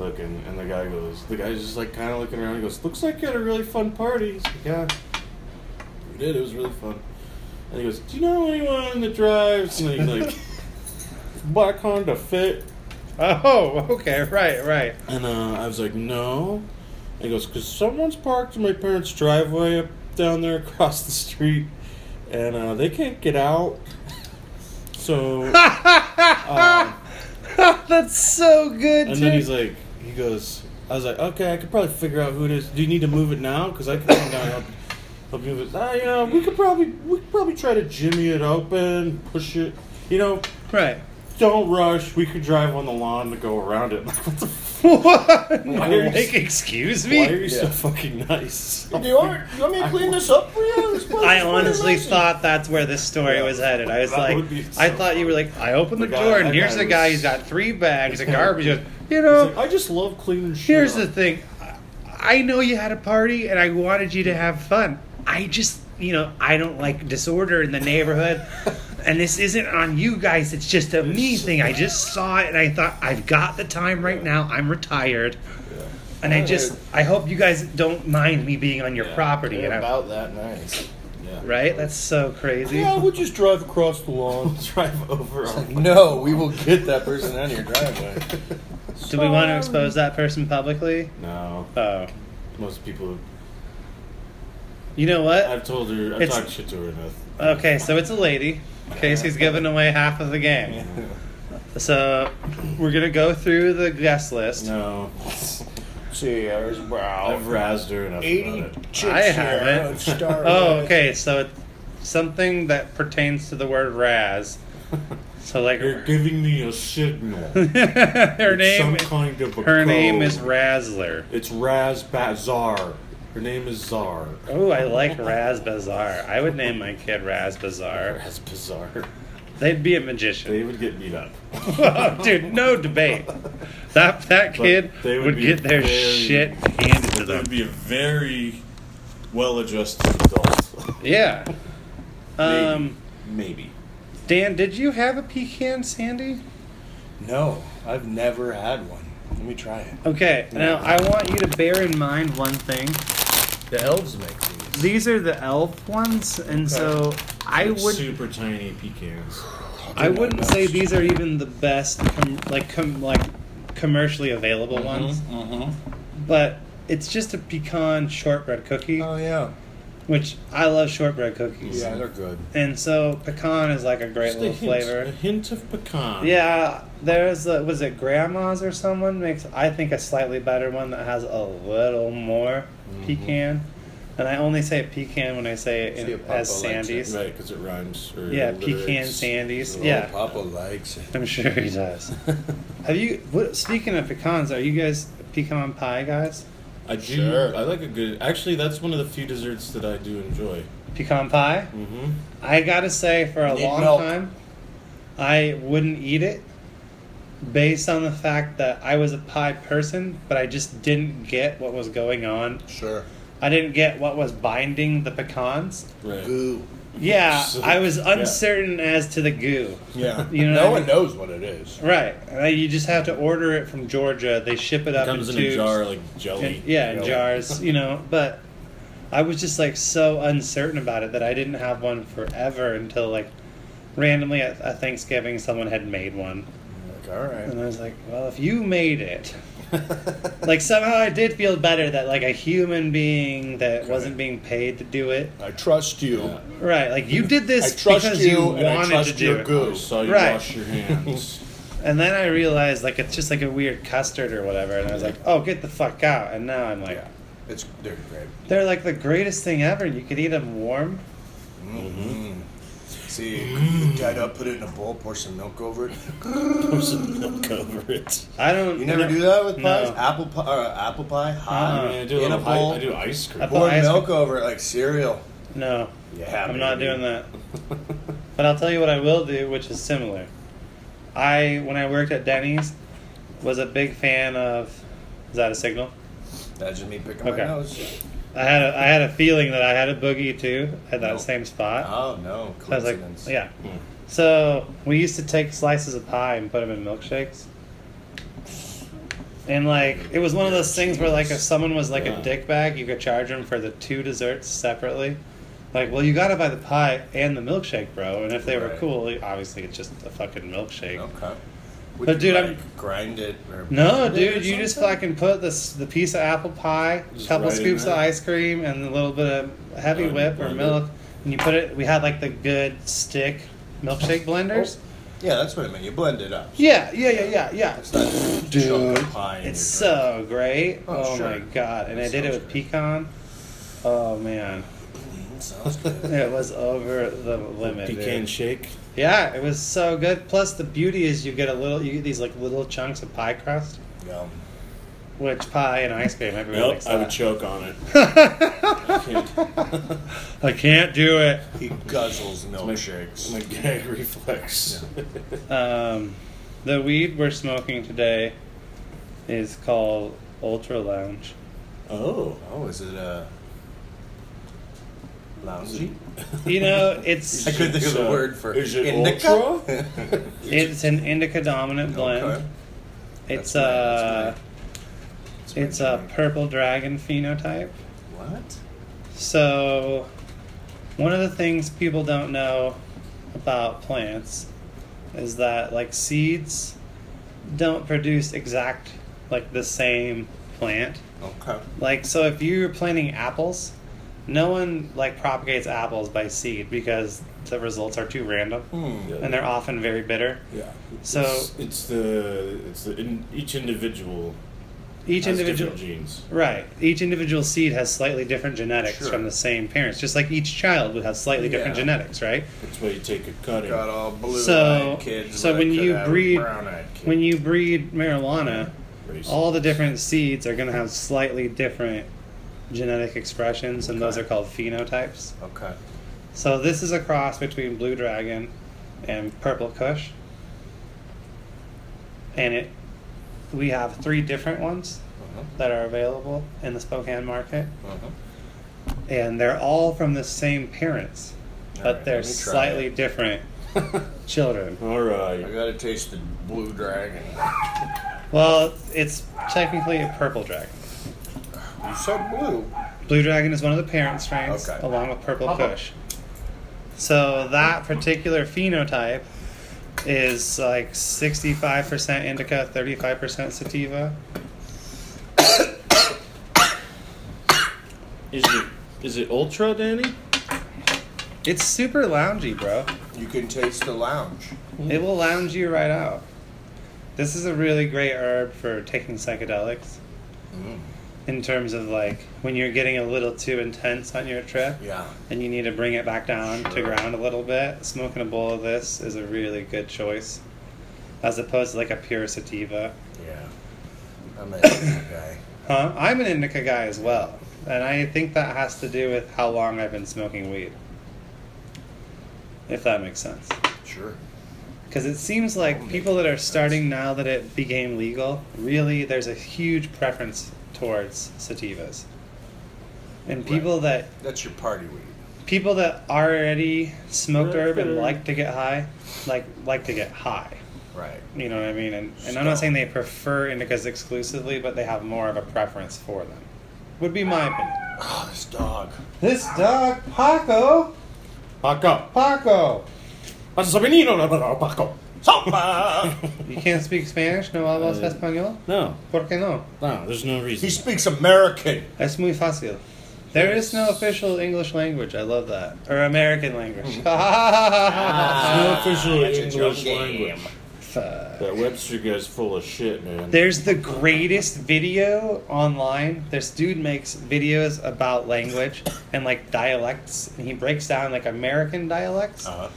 looking, and the guy goes, the guy's just like kind of looking around. He goes, "Looks like you had a really fun party." He's like, "Yeah, we did. It was really fun." And he goes, "Do you know anyone that drives?" And he's like, "Black Honda Fit." Oh, okay. Right, right. And uh, I was like, "No." And he goes, "Cause someone's parked in my parents' driveway up down there across the street, and uh, they can't get out." So. um, That's so good, And dude. then he's like, he goes, I was like, okay, I could probably figure out who it is. Do you need to move it now? Because I can come down and help, help you move it. Ah, you know, we could probably we could probably try to jimmy it open, push it. You know, right. don't rush. We could drive on the lawn to go around it. Like, what the f- What? Why are you- Like, excuse Why are me? you so fucking nice? Do you want, you want me to clean this up for you? This place I is fucking honestly messy. thought that's where this story was headed. I was That like, would be I so thought you were like, I opened the, The guy- door and that here's guy the guy. was- He's got three bags of garbage. He goes, You He's know, like, I just love cleaning shit. Here's the up." thing. I know you had a party and I wanted you to have fun. I just, you know, I don't like disorder in the neighborhood. And this isn't on you guys. It's just a me thing. I just saw it and I thought, I've got the time right now. I'm retired. And I just, I hope you guys don't mind me being on your property. You're And I, about that nice. right? That's so crazy. Yeah, we'll just drive across the lawn. drive over. our- no, we will get that person out of your driveway. Do we want to expose that person publicly? No, Oh. most people. You know what? I've told her. I've It's- talked shit to her enough. Okay, so it's a lady. Casey's giving away half of the game. So we're gonna go through the guest list. No, See, there's wow. I've razzed her enough Eighty about it. chicks I here. haven't. I'd starve Oh, to okay. So it's something that pertains to the word Raz. So like You're giving me a signal. her It's some name, kind of a her name is code. Razzler. It's Raz Bazar. Her name is Czar. Oh, I like Raz Bazaar. I would name my kid Raz Bazaar. Raz Bazar. They'd be a magician, They would get beat up. dude. No debate. That that kid they would, would be get their very- shit handed to They them. would be a very well-adjusted adult. Yeah. Maybe. Um, Maybe. Dan, did you have a pecan sandy? No, I've never had one. Let me try it. Okay, now I want you to bear in mind one thing. The elves make these. These are the elf ones, and so I Like would super tiny pecans. I wouldn't say these are even the best com- like com- like commercially available ones, Mm-hmm. but it's just a pecan shortbread cookie, Uh. Oh yeah. which I love shortbread cookies. Yeah, they're good. And so pecan is like a great Just a little hint, a flavor. hint of pecan. Yeah, there's a, was it grandma's or someone makes I think a slightly better one that has a little more Mm-hmm. pecan, and I only say pecan when I say it See in, if Papa as likes it. Sandy's. Right, because it rhymes. Or Yeah, alliterates. pecan Sandy's. Oh, Yeah, Papa likes it. I'm sure he does. Have you? What, speaking of pecans, are you guys pecan pie guys? I do. Sure. I like a good. Actually, that's one of the few desserts that I do enjoy. Pecan pie. Mm-hmm. I gotta say, for a Need long milk. time, I wouldn't eat it based on the fact that I was a pie person, but I just didn't get what was going on Sure. I didn't get what was binding the pecans. Right. Goo. Yeah, So- I was yeah. uncertain as to the goo. Yeah. You know what I no one mean? knows what it is. Right, and then you just have to order it from Georgia. They ship it up comes in in tubes. a jar like jelly. And- yeah, in Jelly. jars. You know, but I was just like so uncertain about it that I didn't have one forever until like randomly at, at Thanksgiving someone had made one, Like, all right. and I was like, well, if you made it. like somehow I did feel better that like a human being that wasn't being paid to do it I trust you. Right, like you did I this trust because you, you, and I wanted trust to do your it. goo. I saw you Right. wash your hands. And then I realized like it's just like a weird custard or whatever, and I was like, oh, get the fuck out. And now I'm like, It's they're great. They're like the greatest thing ever. You could eat them warm. Mm-hmm. See, you dried up, put it in a bowl, pour some milk over it. Pour some milk over it. I don't. You never do that with No. pies? Apple pie, or uh, apple pie, hot Uh-uh. I mean, I do a in a little pie- bowl. I do ice cream. I thought- Pour ice milk cream. over it like cereal. No, Yeah, I'm not baby. doing that. But I'll tell you what I will do, which is similar. I when I worked at Denny's, was a big fan of. Is that a signal? That's just me picking Okay. my nose. I had a, I had a feeling that I had a boogie too at that Nope. same spot. Oh no, So I was like, coincidence. yeah. Hmm. So we used to take slices of pie and put them in milkshakes. And like it was one of those things where like if someone was like a Yeah. dick bag, you could charge them for the two desserts separately. Like, well, you gotta buy the pie and the milkshake, bro. And if they were Right. cool, obviously it's just a fucking milkshake. Okay. We But could, dude, like, I'm- grind it. Or No, blend it dude, or you just something? fucking put this the piece of apple pie, Just couple right in scoops of there. ice cream, and a little bit of heavy Oh, and whip or blend it. milk, and you put it. We had like the good stick milkshake Oh. blenders. Yeah, that's what I meant. You blend it up. Yeah, yeah, yeah, yeah, yeah. It's not just a chunk of pie. in It's your so drink. great. Oh, Oh, sure. my god! And I That did it sounds with good. pecan. Oh man, Mm, Sounds good. it was over the limit. dude. Pecan shake. Yeah, it was so good. Plus, the beauty is you get a little, you get these like little chunks of pie crust, Yum. which pie and ice cream. Everyone Nope, likes I would that. choke on it. I can't. I can't do it. He guzzles My, milkshakes. my gag reflex. Um, the weed we're smoking today is called Ultra Lounge. oh. Oh, is it a loungy? You know, it's I couldn't think of the So, word for is it indica. ultra? it's an indica dominant blend. Okay. It's uh, That's mine, a it's that's That's uh, my a drink. purple dragon phenotype. What? So, one of the things people don't know about plants is that like seeds don't produce exact like the same plant. Okay. Like so if you're planting apples, no one like propagates apples by seed because the results are too random Hmm. Yeah. and they're often very bitter. Yeah. So- it's, it's the it's the in, each individual Each has individual different genes. Right. Each individual seed has slightly different genetics Sure. from the same parents, just like each child would have slightly different Yeah. genetics, right? That's why you take a cutting. Got all blue So- eyed kids. so but I when could you have breed- brown-eyed kids. When you breed marijuana, race. all the different seeds are going to have slightly different genetic expressions, and those are Okay. called phenotypes. okay. So this is a cross between Blue Dragon and Purple Kush. And it we have three different ones Uh-huh. that are available in the Spokane market. Uh-huh. And they're all from the same parents, but Alright, they're let me try slightly it. different children. all I right. gotta taste the blue dragon. Well, it's technically a purple dragon. You said blue. Blue Dragon is one of the parent strains, Okay. along with Purple Uh-huh. Kush. So that particular phenotype is like 65% indica, 35% sativa. Is it is it ultra, Danny? It's super loungy, bro. You can taste the lounge. It will lounge you right out. This is a really great herb for taking psychedelics Mm. in terms of like when you're getting a little too intense on your trip Yeah. and you need to bring it back down to Sure. ground a little bit. Smoking a bowl of this is a really good choice as opposed to like a pure sativa. Yeah. I'm an indica guy. Huh? I'm an indica guy as well, and I think that has to do with how long I've been smoking weed. If that makes sense, Sure. because it seems like people that are starting now that it became legal, really, there's a huge preference towards sativas, and people that That's your party weed. people that already smoked herb and like to get high, like like to get high. Right. You know what I mean? And, and I'm not saying they prefer indicas exclusively, but they have more of a preference for them. Would be my opinion. Oh, this dog. This dog, Paco, Paco. Paco. Paco. You can't speak Spanish? No hablas Uh, español? No, ¿Por qué no? no, there's no He reason. speaks American. Es muy fácil. There is no official English language. I love that. Mm. Or American language. no official Ah, that's a English joke game. language. Fuck. That Webster guy's full of shit, man. There's the greatest video online. This dude makes videos about language and like dialects, and he breaks down like American dialects. Uh-huh.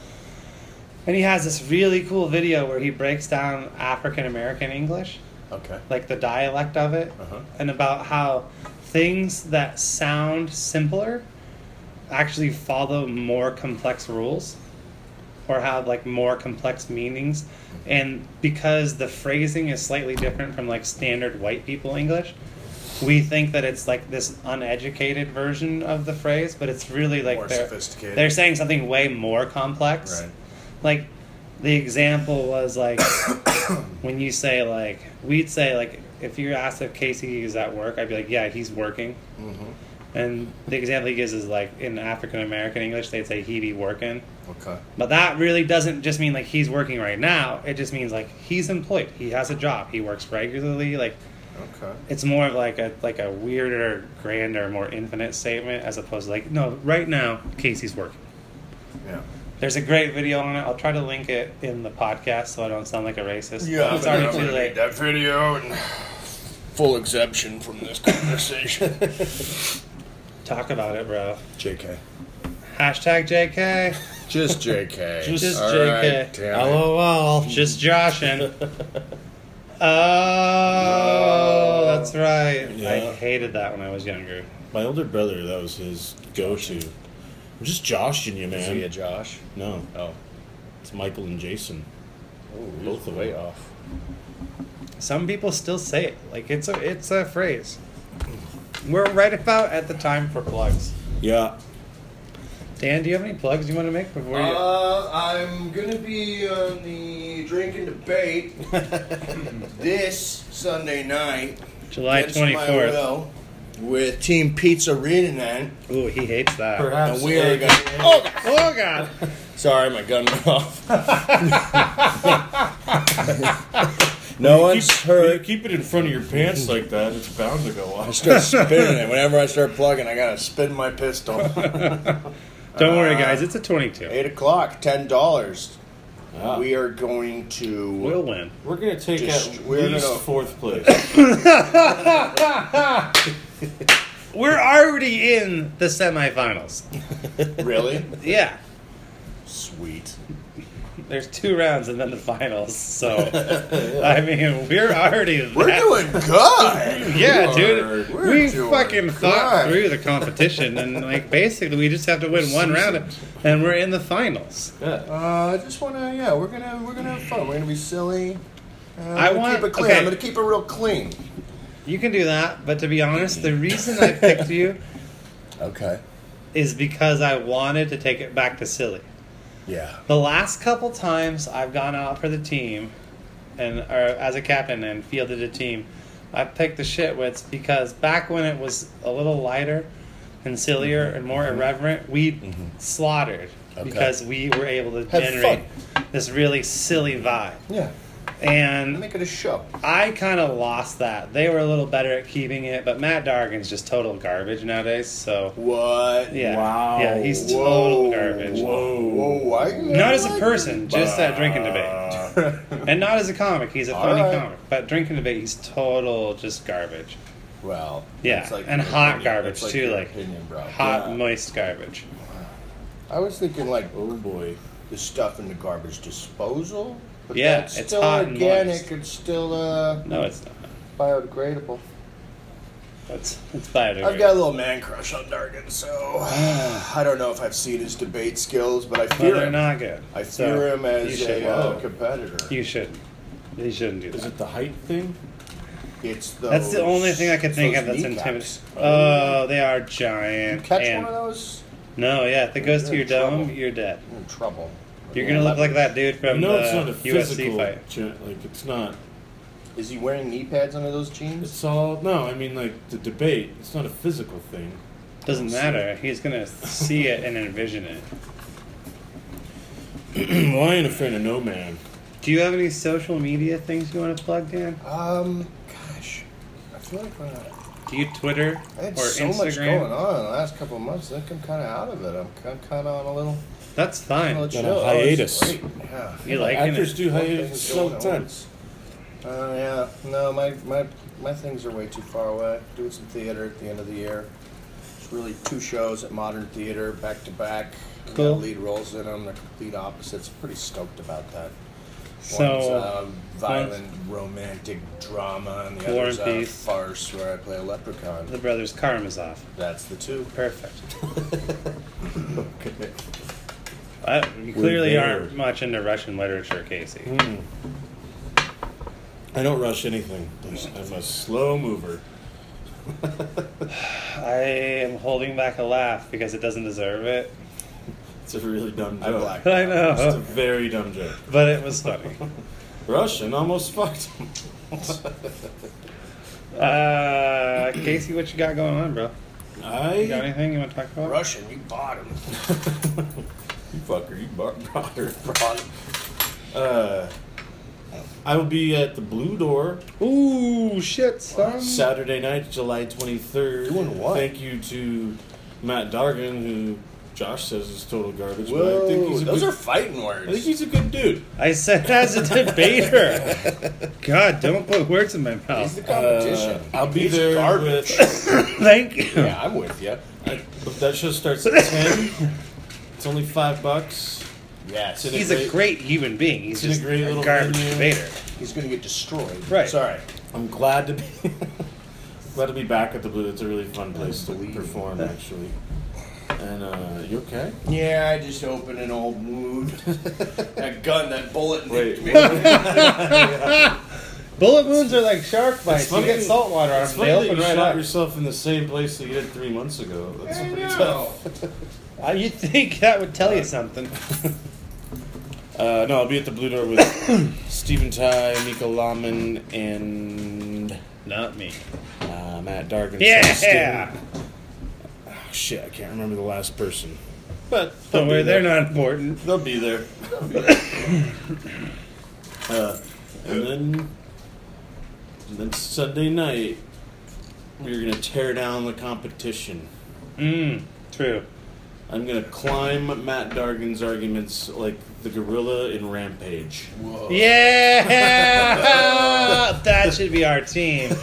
And he has this really cool video where he breaks down African American English, Okay. like the dialect of it, Uh-huh. and about how things that sound simpler actually follow more complex rules or have like more complex meanings. And because the phrasing is slightly different from like standard white people English, we think that it's like this uneducated version of the phrase, but it's really like More they're, sophisticated. they're saying something way more complex Right. like the example was like when you say like we'd say like if you asked if Casey is at work, I'd be like, yeah, he's working. Mm-hmm. And the example he gives is like in African American English, they'd say he be working, Okay. but that really doesn't just mean like he's working right now. It just means like he's employed, he has a job, he works regularly. Like Okay. it's more of like a like a weirder, grander, more infinite statement as opposed to like no, right now Casey's working. Yeah. There's a great video on it. I'll try to link it in the podcast so I don't sound like a racist. Yeah, it's I'm already gonna too read late. That video and full exemption from this conversation. Talk about it, bro. JK. Hashtag JK. Just JK. Just All JK. right, damn it. LOL. Just joshing. Oh, that's right. I Yeah. hated that when I was younger. My older brother, that was his go-to. I'm just joshing you, Is he a Uh-huh. man. Josh? No, Oh. it's Michael and Jason. Oh, Both the of way them. off. Some people still say it. Like it's a it's a phrase. We're right about at the time for plugs. Yeah, Dan, do you have any plugs you want to make before you? Uh, I'm gonna be on the drink and debate this Sunday night. July against my 24th. will, With Team Pizza Reading Night. Ooh, he hates that. perhaps. And we are gonna. Oh, God. Oh God. sorry, my gun went off. no one's You hurt. keep it in front of your pants like that, it's bound to go I off. start spinning it. Whenever I start plugging, I gotta spin my pistol. Don't worry, Uh, guys. It's a 22. Eight o'clock, ten dollars. Ah. We are going to. We'll win. We're gonna take Just- at we're least gonna- fourth place. We're already in the semifinals. really? Yeah. Sweet. There's two rounds and then the finals. So, I mean, we're already. We're that- doing good. Yeah, We're- dude. we're We doing fucking thought good. through the competition, and like basically, we just have to win one round, and we're in the finals. Yeah. Uh, I just want to. Yeah, we're gonna we're gonna have fun. We're gonna be silly. Uh, I'm I gonna want- keep it clean. okay. I'm gonna keep it real clean. You can do that, but to be honest, the reason I picked you okay. is because I wanted to take it back to silly. Yeah. The last couple times I've gone out for the team, and or as a captain and fielded a team, I picked the shitwits because back when it was a little lighter and sillier and more irreverent, we slaughtered Okay. because we were able to Had generate this really silly vibe. Yeah. And Make it a show. I kind of lost that. They were a little better at keeping it, but Matt Dargan's just total garbage nowadays. So What? yeah, Wow. yeah, he's Whoa. total garbage. Whoa! I Not as a person, just that drinking debate. And not as a comic, he's a All funny right. comic. But drinking debate, he's total just garbage. Well, Yeah, that's like and your hot opinion. garbage That's like too, your like opinion, bro. hot Yeah. moist garbage. I was thinking like Oh boy. the stuff in the garbage disposal. But Yeah, that's it's still hot and organic. moist. It's still uh, No, it's not. biodegradable. It's it's biodegradable. I've got a little man crush on Dargan, so I don't know if I've seen his debate skills, but I but fear they're him. not good. I So, fear him you as should, a Oh. uh, competitor. you shouldn't. You shouldn't do Is that. it the height thing? It's That's the those- only thing I could think those of that's intimidating. kneecaps. Oh, they are giant. Catch and- one of those, No, yeah, if it goes You're to your in dome, trouble. you're dead. you're in trouble. You're gonna look like that dude I from know the it's not a USC physical. fight. gen- like it's not. Is he wearing knee pads under those jeans? It's all no. I mean, like the debate. It's not a physical thing. Doesn't matter. He's gonna see it and envision it. well, I ain't a friend of no man. Do you have any social media things you want to plug, Dan? Um, gosh, I feel like when I, Do you Twitter I had or so Instagram? much going on in the last couple of months. I think I'm kind of out of it. I'm, I'm kind of on a little That's fine. Well, it's Been on chill. Oh, hiatus. it's great. Yeah. you like Actors it? do hiatus all the time. Uh, yeah, no, my, my my things are way too far away. Doing some theater at the end of the year. It's really two shows at Modern Theater back to back. We got Cool. Lead roles in them. They're complete opposites. Pretty stoked about that. one's So, a violent romantic drama, and the War other's and a Peace. farce where I play a leprechaun. the brothers Karamazov. That's the two. Perfect. okay. I, you clearly there. aren't much into Russian literature, Casey. Hmm. I don't rush anything. I'm s- I'm a slow mover. I am holding back a laugh because it doesn't deserve it, It's a really dumb I joke. blacked I out. know. It's a very dumb joke. but it was funny. Russian almost fucked him. Uh, Casey, what you got going on, bro? You got I. anything you want to talk about? Russian, you bought him. you fucker, you bar- brought her. Uh, I will be at the Blue Door Ooh, shit, son. Saturday night, July 23rd. Doing what? Thank you to Matt Dargan, who Josh says is total garbage. but I think Whoa, he's a those good, are fighting words. I think he's a good dude. I said that as a debater. God, don't put words in my He's mouth. the competition. Uh, I'll be He's there garbage. with. Thank you. yeah, I'm with you. I, but that show starts at 10. It's only five bucks. Yes. It's He's a great human being. He's He's a just great a little garbage menu. debater. He's going to get destroyed. Right. Sorry. I'm glad to be glad to be back at the Blue. It's a really fun place to Believe. perform, actually. And uh, you okay? Yeah, I just opened an old wound. that gun, that bullet Wait, nicked me. Bullet wounds are like shark bites. You funny get that- salt water on It's them. funny They that you open right shot up. yourself in the same place that you did three months ago. That's I pretty know. tough. Uh, You'd think that would tell you something. Uh, no, I'll be at the Blue Door with Stephen Ty, Mika Laman, and Not me. uh, Matt Dargan. Yeah! Oh, shit, I can't remember the last person. But Don't they'll worry, be they're there. not important. They'll be there. uh, and then, and then Sunday night, we're gonna tear down the competition. Mm, true. I'm gonna climb Matt Dargan's arguments like the gorilla in Rampage. Whoa. Yeah! that should be our team.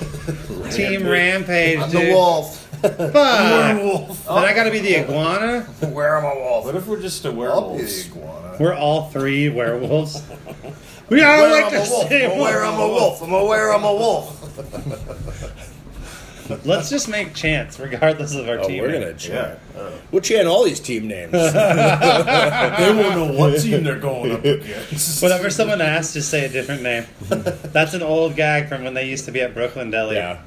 Team Rampage, I'm dude. the wolf. Fuck. Werewolf. Then I gotta be the iguana. Where am I wolf? What if we're just a I'll be the werewolf? iguana. We're all three werewolves. We all Where like I'm a the wolf. same. I'm aware I'm a wolf. I'm aware I'm a wolf. Let's just make chance, regardless of Oh, our team. Yeah. We'll chant all these team names. they won't know what team they're going up against. Whenever someone asks, just say a different name. That's an old gag from when they used to be at Brooklyn Deli. yeah.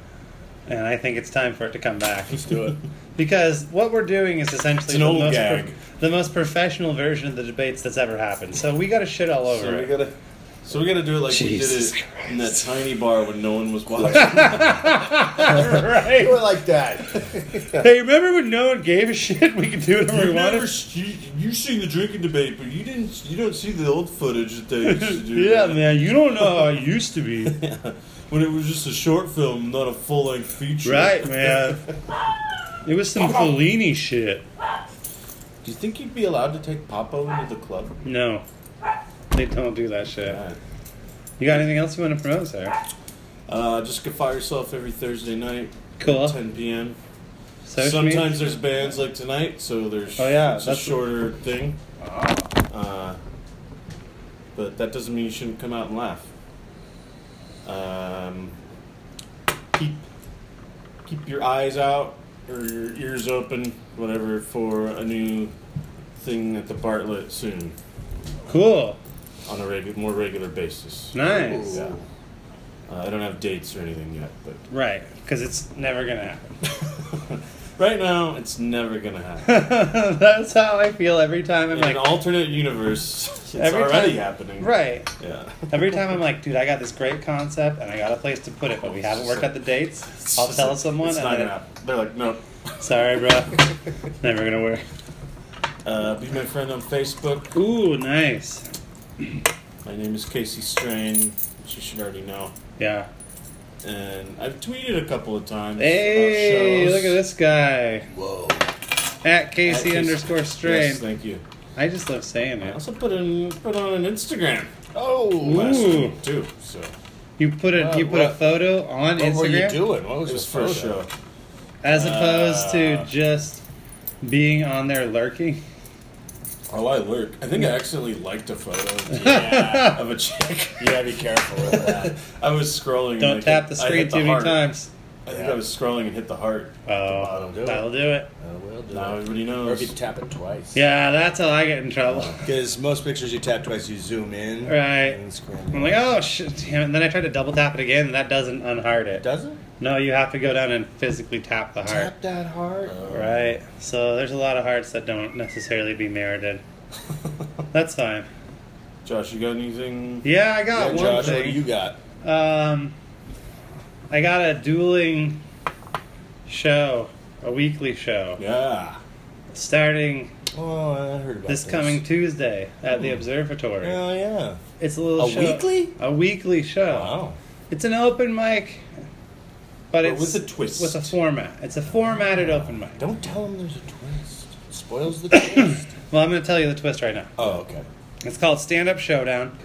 And I think it's time for it to come back. Let's do it. Because what we're doing is essentially It's an the, old most gag. the most professional version of the debates that's ever happened. So we got to shit all over So we it. gotta, so we gotta do it like Jesus we did it in that tiny bar when no one was watching. Do right. it like that. Hey, remember when no one gave a shit? We could do whatever we you wanted. never, s- you, you seen the drinking debate, but you didn't. You don't see the old footage that they used to do. yeah, man, you don't know how I used to be. When it was just a short film, not a full length feature. right, man. It was some Fellini shit. Do you think you'd be allowed to take Popo into the club? No. They don't do that shit. You got anything else you want to promote, sir? Uh, just get fire yourself every Thursday night, Cool. 10 p.m. Social media? Sometimes there's bands like tonight, so there's Oh, yeah, it's a that's- shorter thing. Uh, but that doesn't mean you shouldn't come out and laugh. Um, keep keep your eyes out or your ears open, whatever, for a new thing at the Bartlett soon Cool. on a regu- more regular basis. Nice. Yeah. Uh, I don't have dates or anything yet, but Right, because it's never going to happen. right now it's never gonna happen. That's how I feel every time I'm In like, an alternate universe, it's Every already time- happening. right. Yeah. Every time I'm like, dude, I got this great concept and I got a place to put it, but we haven't worked out the dates. I'll tell someone. It's and not then- gonna happen. They're like, nope. Sorry, bro. never gonna work. Uh, be my friend on Facebook. Ooh, nice. My name is Casey Strain, which you should already know. Yeah. And I've tweeted a couple of times. Hey, about shows. look at this guy Whoa. at At Casey Casey- underscore Strain. Yes, thank you. I just love saying I it. also put in put on an Instagram Oh, last Ooh. week too. So You put a you What- put a what- photo on what Instagram were you doing? What was it your was first show. as opposed Uh. to just being on there lurking. Oh, I lurk. I think I accidentally liked a photo Yeah, of a chick. you gotta be careful with that. I was scrolling. and Don't I tap hit- the I screen hit too many heart. times. I think I was scrolling and hit the heart. Oh, do it. that'll do it. I will do Now it. everybody Or if you knows. tap it twice. Yeah, that's how I get in trouble. Because most pictures you tap twice, you zoom in. Right. And scroll. I'm like, oh shit, damn it. And then I try to double tap it again, and that doesn't unhard it. Does it? No, you have to go down and physically tap the heart. Tap that hard. Right. So there's a lot of hearts that don't necessarily be merited. That's fine. Josh, you got anything? Yeah, I got Yeah, one Josh, what do thing. you got? Um, I got a dueling show, a weekly show, Yeah. starting Oh, I heard about this coming Tuesday at the Observatory. Oh Hmm. yeah. It's a little A show- weekly? a weekly show. Wow. It's an open mic, but, But it's with a twist. With a format, it's a formatted open mic. Don't tell him there's a twist. Spoils the twist. Well, I'm going to tell you the twist right now. oh, okay. It's called Stand Up Showdown.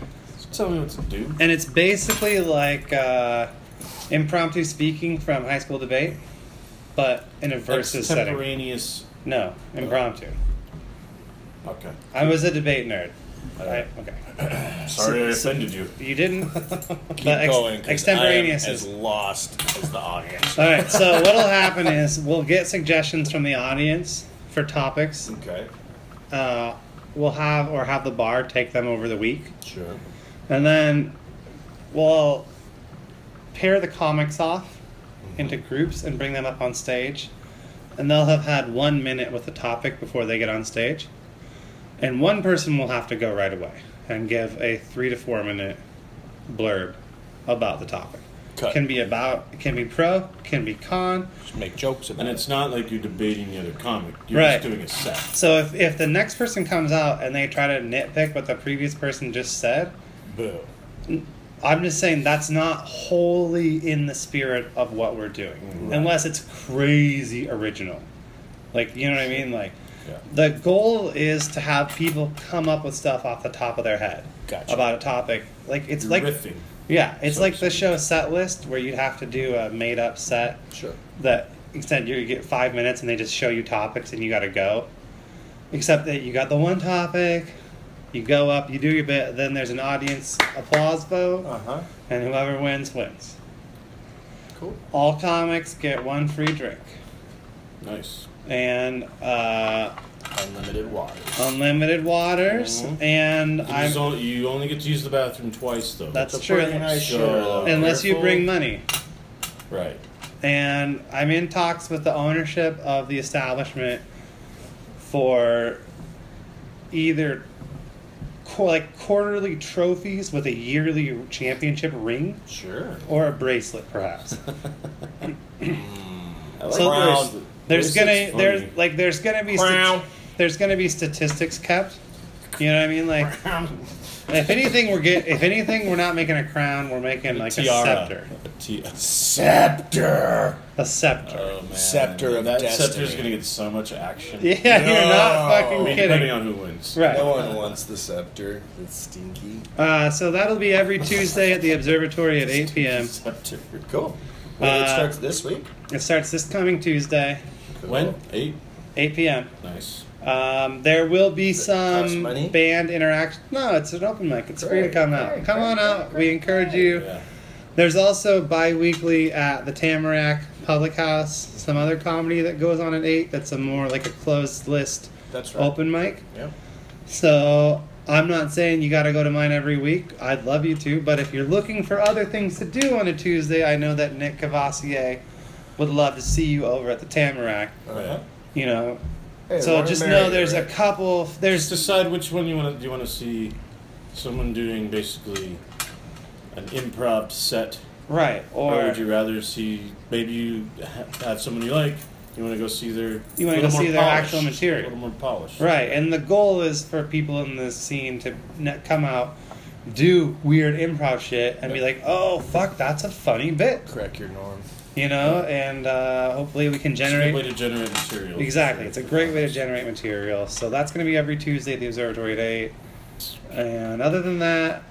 Tell me what to do. and it's basically like uh, impromptu speaking from high school debate, but in a versus setting. Extemporaneous. No, impromptu. Okay. I was a debate nerd. Alright. I- okay, Sorry I offended you. you didn't. Keep ex- going. 'cause extemporaneous I am as is- lost as the audience. All right. So what'll happen is we'll get suggestions from the audience for topics. Okay. Uh, we'll have or have the bar take them over the week, Sure. and then we'll pair the comics off into groups and bring them up on stage. And they'll have had one minute with the topic before they get on stage. And one person will have to go right away and give a three to four minute blurb about the topic. Cut. Can be about, it can be pro, can be con. Just make jokes about And it. it's not like you're debating the other comic. You're Right. just doing a set. So if, if the next person comes out and they try to nitpick what the previous person just said, Boo. I'm just saying that's not wholly in the spirit of what we're doing, Right. unless it's crazy original. Like you know what I mean? Like Yeah. the goal is to have people come up with stuff off the top of their head Gotcha. about a topic. Like it's You're like riffing. yeah, it's So like to the speak. show set list where you'd have to do a made up set Sure. that extent you get five minutes and they just show you topics and you got to go. Except that you got the one topic, you go up, you do your bit, then there's an audience applause vote Uh huh. and whoever wins wins. Cool. All comics get one free drink Nice. and uh, Unlimited water. unlimited waters. Mhm. And I'm There's only- you only get to use the bathroom twice, though. That's It's a true. pretty nice So- show. though. unless you careful. bring money. right. And I'm in talks with the ownership of the establishment for either qu- like quarterly trophies with a yearly championship ring Sure. or a bracelet, perhaps. I like So Brown. there's, there's This gonna is funny. there's like there's gonna be Crown. stat- there's gonna be statistics kept. You know what I mean? Like if anything we're get if anything we're not making a crown, we're making like a tiara. scepter. A ti- a Scepter. A scepter. Oh, man. Scepter of that destiny. scepter's gonna get so much action. yeah, you're No. not I fucking mean, kidding. depending on who wins. right. No one wants the scepter. It's stinky. Uh, so that'll be every Tuesday at the observatory at 8 p.m. Scepter. Cool. Well, it Uh, starts this week. It starts this coming Tuesday, Cool. When? Eight. 8 p.m. Nice. Um, there will be it cost some money? band interaction. No, it's an open mic. It's free to Great, come out. great, come great, on great, out. great, we encourage you. Yeah. There's also bi-weekly at the Tamarack Public House, some other comedy that goes on at 8 that's a more like a closed list That's right. open mic. Yeah. So I'm not saying you got to go to mine every week. I'd love you to, but if you're looking for other things to do on a Tuesday, I know that Nick Cavassier would love to see you over at the Tamarack. Uh-huh. You know, Hey, so Lauren just Mary, know there's a right? couple. Just There's decide which one you want to. Do you want to see someone doing basically an improv set, right, or, or would you rather see maybe you ha- have someone you like? You want to go see their. You wanna little go more see their polished, actual material. A little more polished. right, and the goal is for people in the scene to ne- come out, do weird improv shit, and be like, "Oh fuck, that's a funny bit." Correct your norm. you know, and uh, hopefully we can It's a good way generate. to generate material. Exactly, it's a great way to generate material. So that's going to be every Tuesday at the Observatory at eight. And other than that,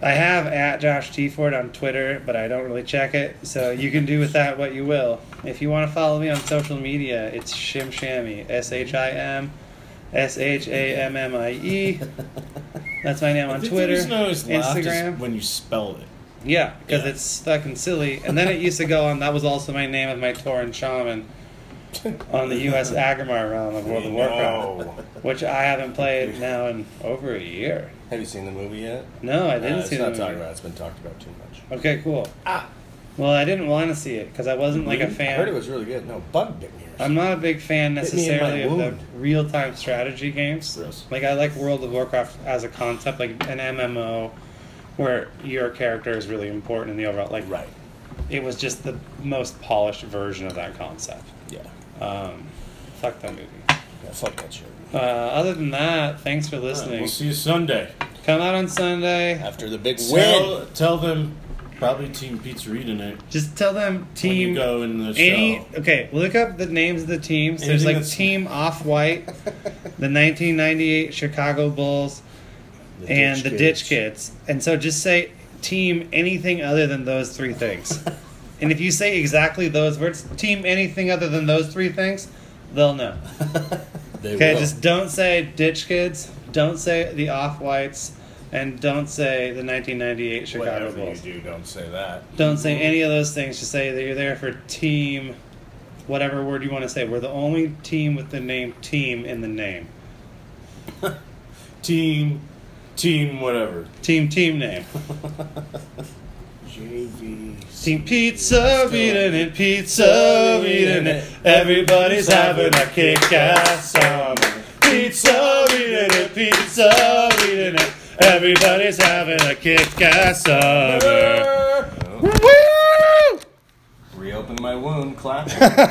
I have at Josh T Ford on Twitter, but I don't really check it. So you can do with that what you will. If you want to follow me on social media, it's Shim Shammy, S H I M, S H A M M I E. That's my name I on think Twitter, the reason I always laughed is Instagram. when you spell it. Yeah, because Yeah. it's fucking silly. And then it used to go on. That was also my name of my Torin shaman on the U.S. Agrimmar round of World of Warcraft, No. which I haven't played now in over a year. Have you seen the movie yet? No, I Uh, didn't let's see not the talk movie. about. it. It's been talked about too much. Okay, cool. Well, I didn't want to see it because I wasn't like a Ah, I fan. heard it was really good. No, bug bit me. I'm not a big fan Hit me in my necessarily of the wound. real time strategy games. Gross. Like I like World of Warcraft as a concept, like an MMO, where your character is really important in the overall. Like right. it was just the most polished version of that concept. Yeah. Um, fuck that movie. yeah. Fuck that shit. Uh, other than that, thanks for listening. We'll see you Sunday. Come out on Sunday. After the big Tell, win. tell them probably Team Pizzeria tonight. Just tell them When team. you go in the any show. okay, look up the names of the teams. There's Anything like that's- Team Off White, the 1998 Chicago Bulls, and the Ditch Kids. And so just say team anything other than those three things. and if you say exactly those words, team anything other than those three things, they'll know. They Okay, will. just don't say Ditch Kids, don't say the Off Whites, and don't say the 1998 Chicago Whatever Bulls. you do, don't say that. Don't say any of those things. Just say that you're there for team, whatever word you want to say. We're the only team with the name team in the name. Team, team, whatever. Team, team name. JV. Team pizza, eating it, pizza, eating it. Everybody's having a kick ass Um, summer. Pizza, eating it, pizza, eating it. Everybody's having a kick ass summer. Woo! Reopen my wound. Clap.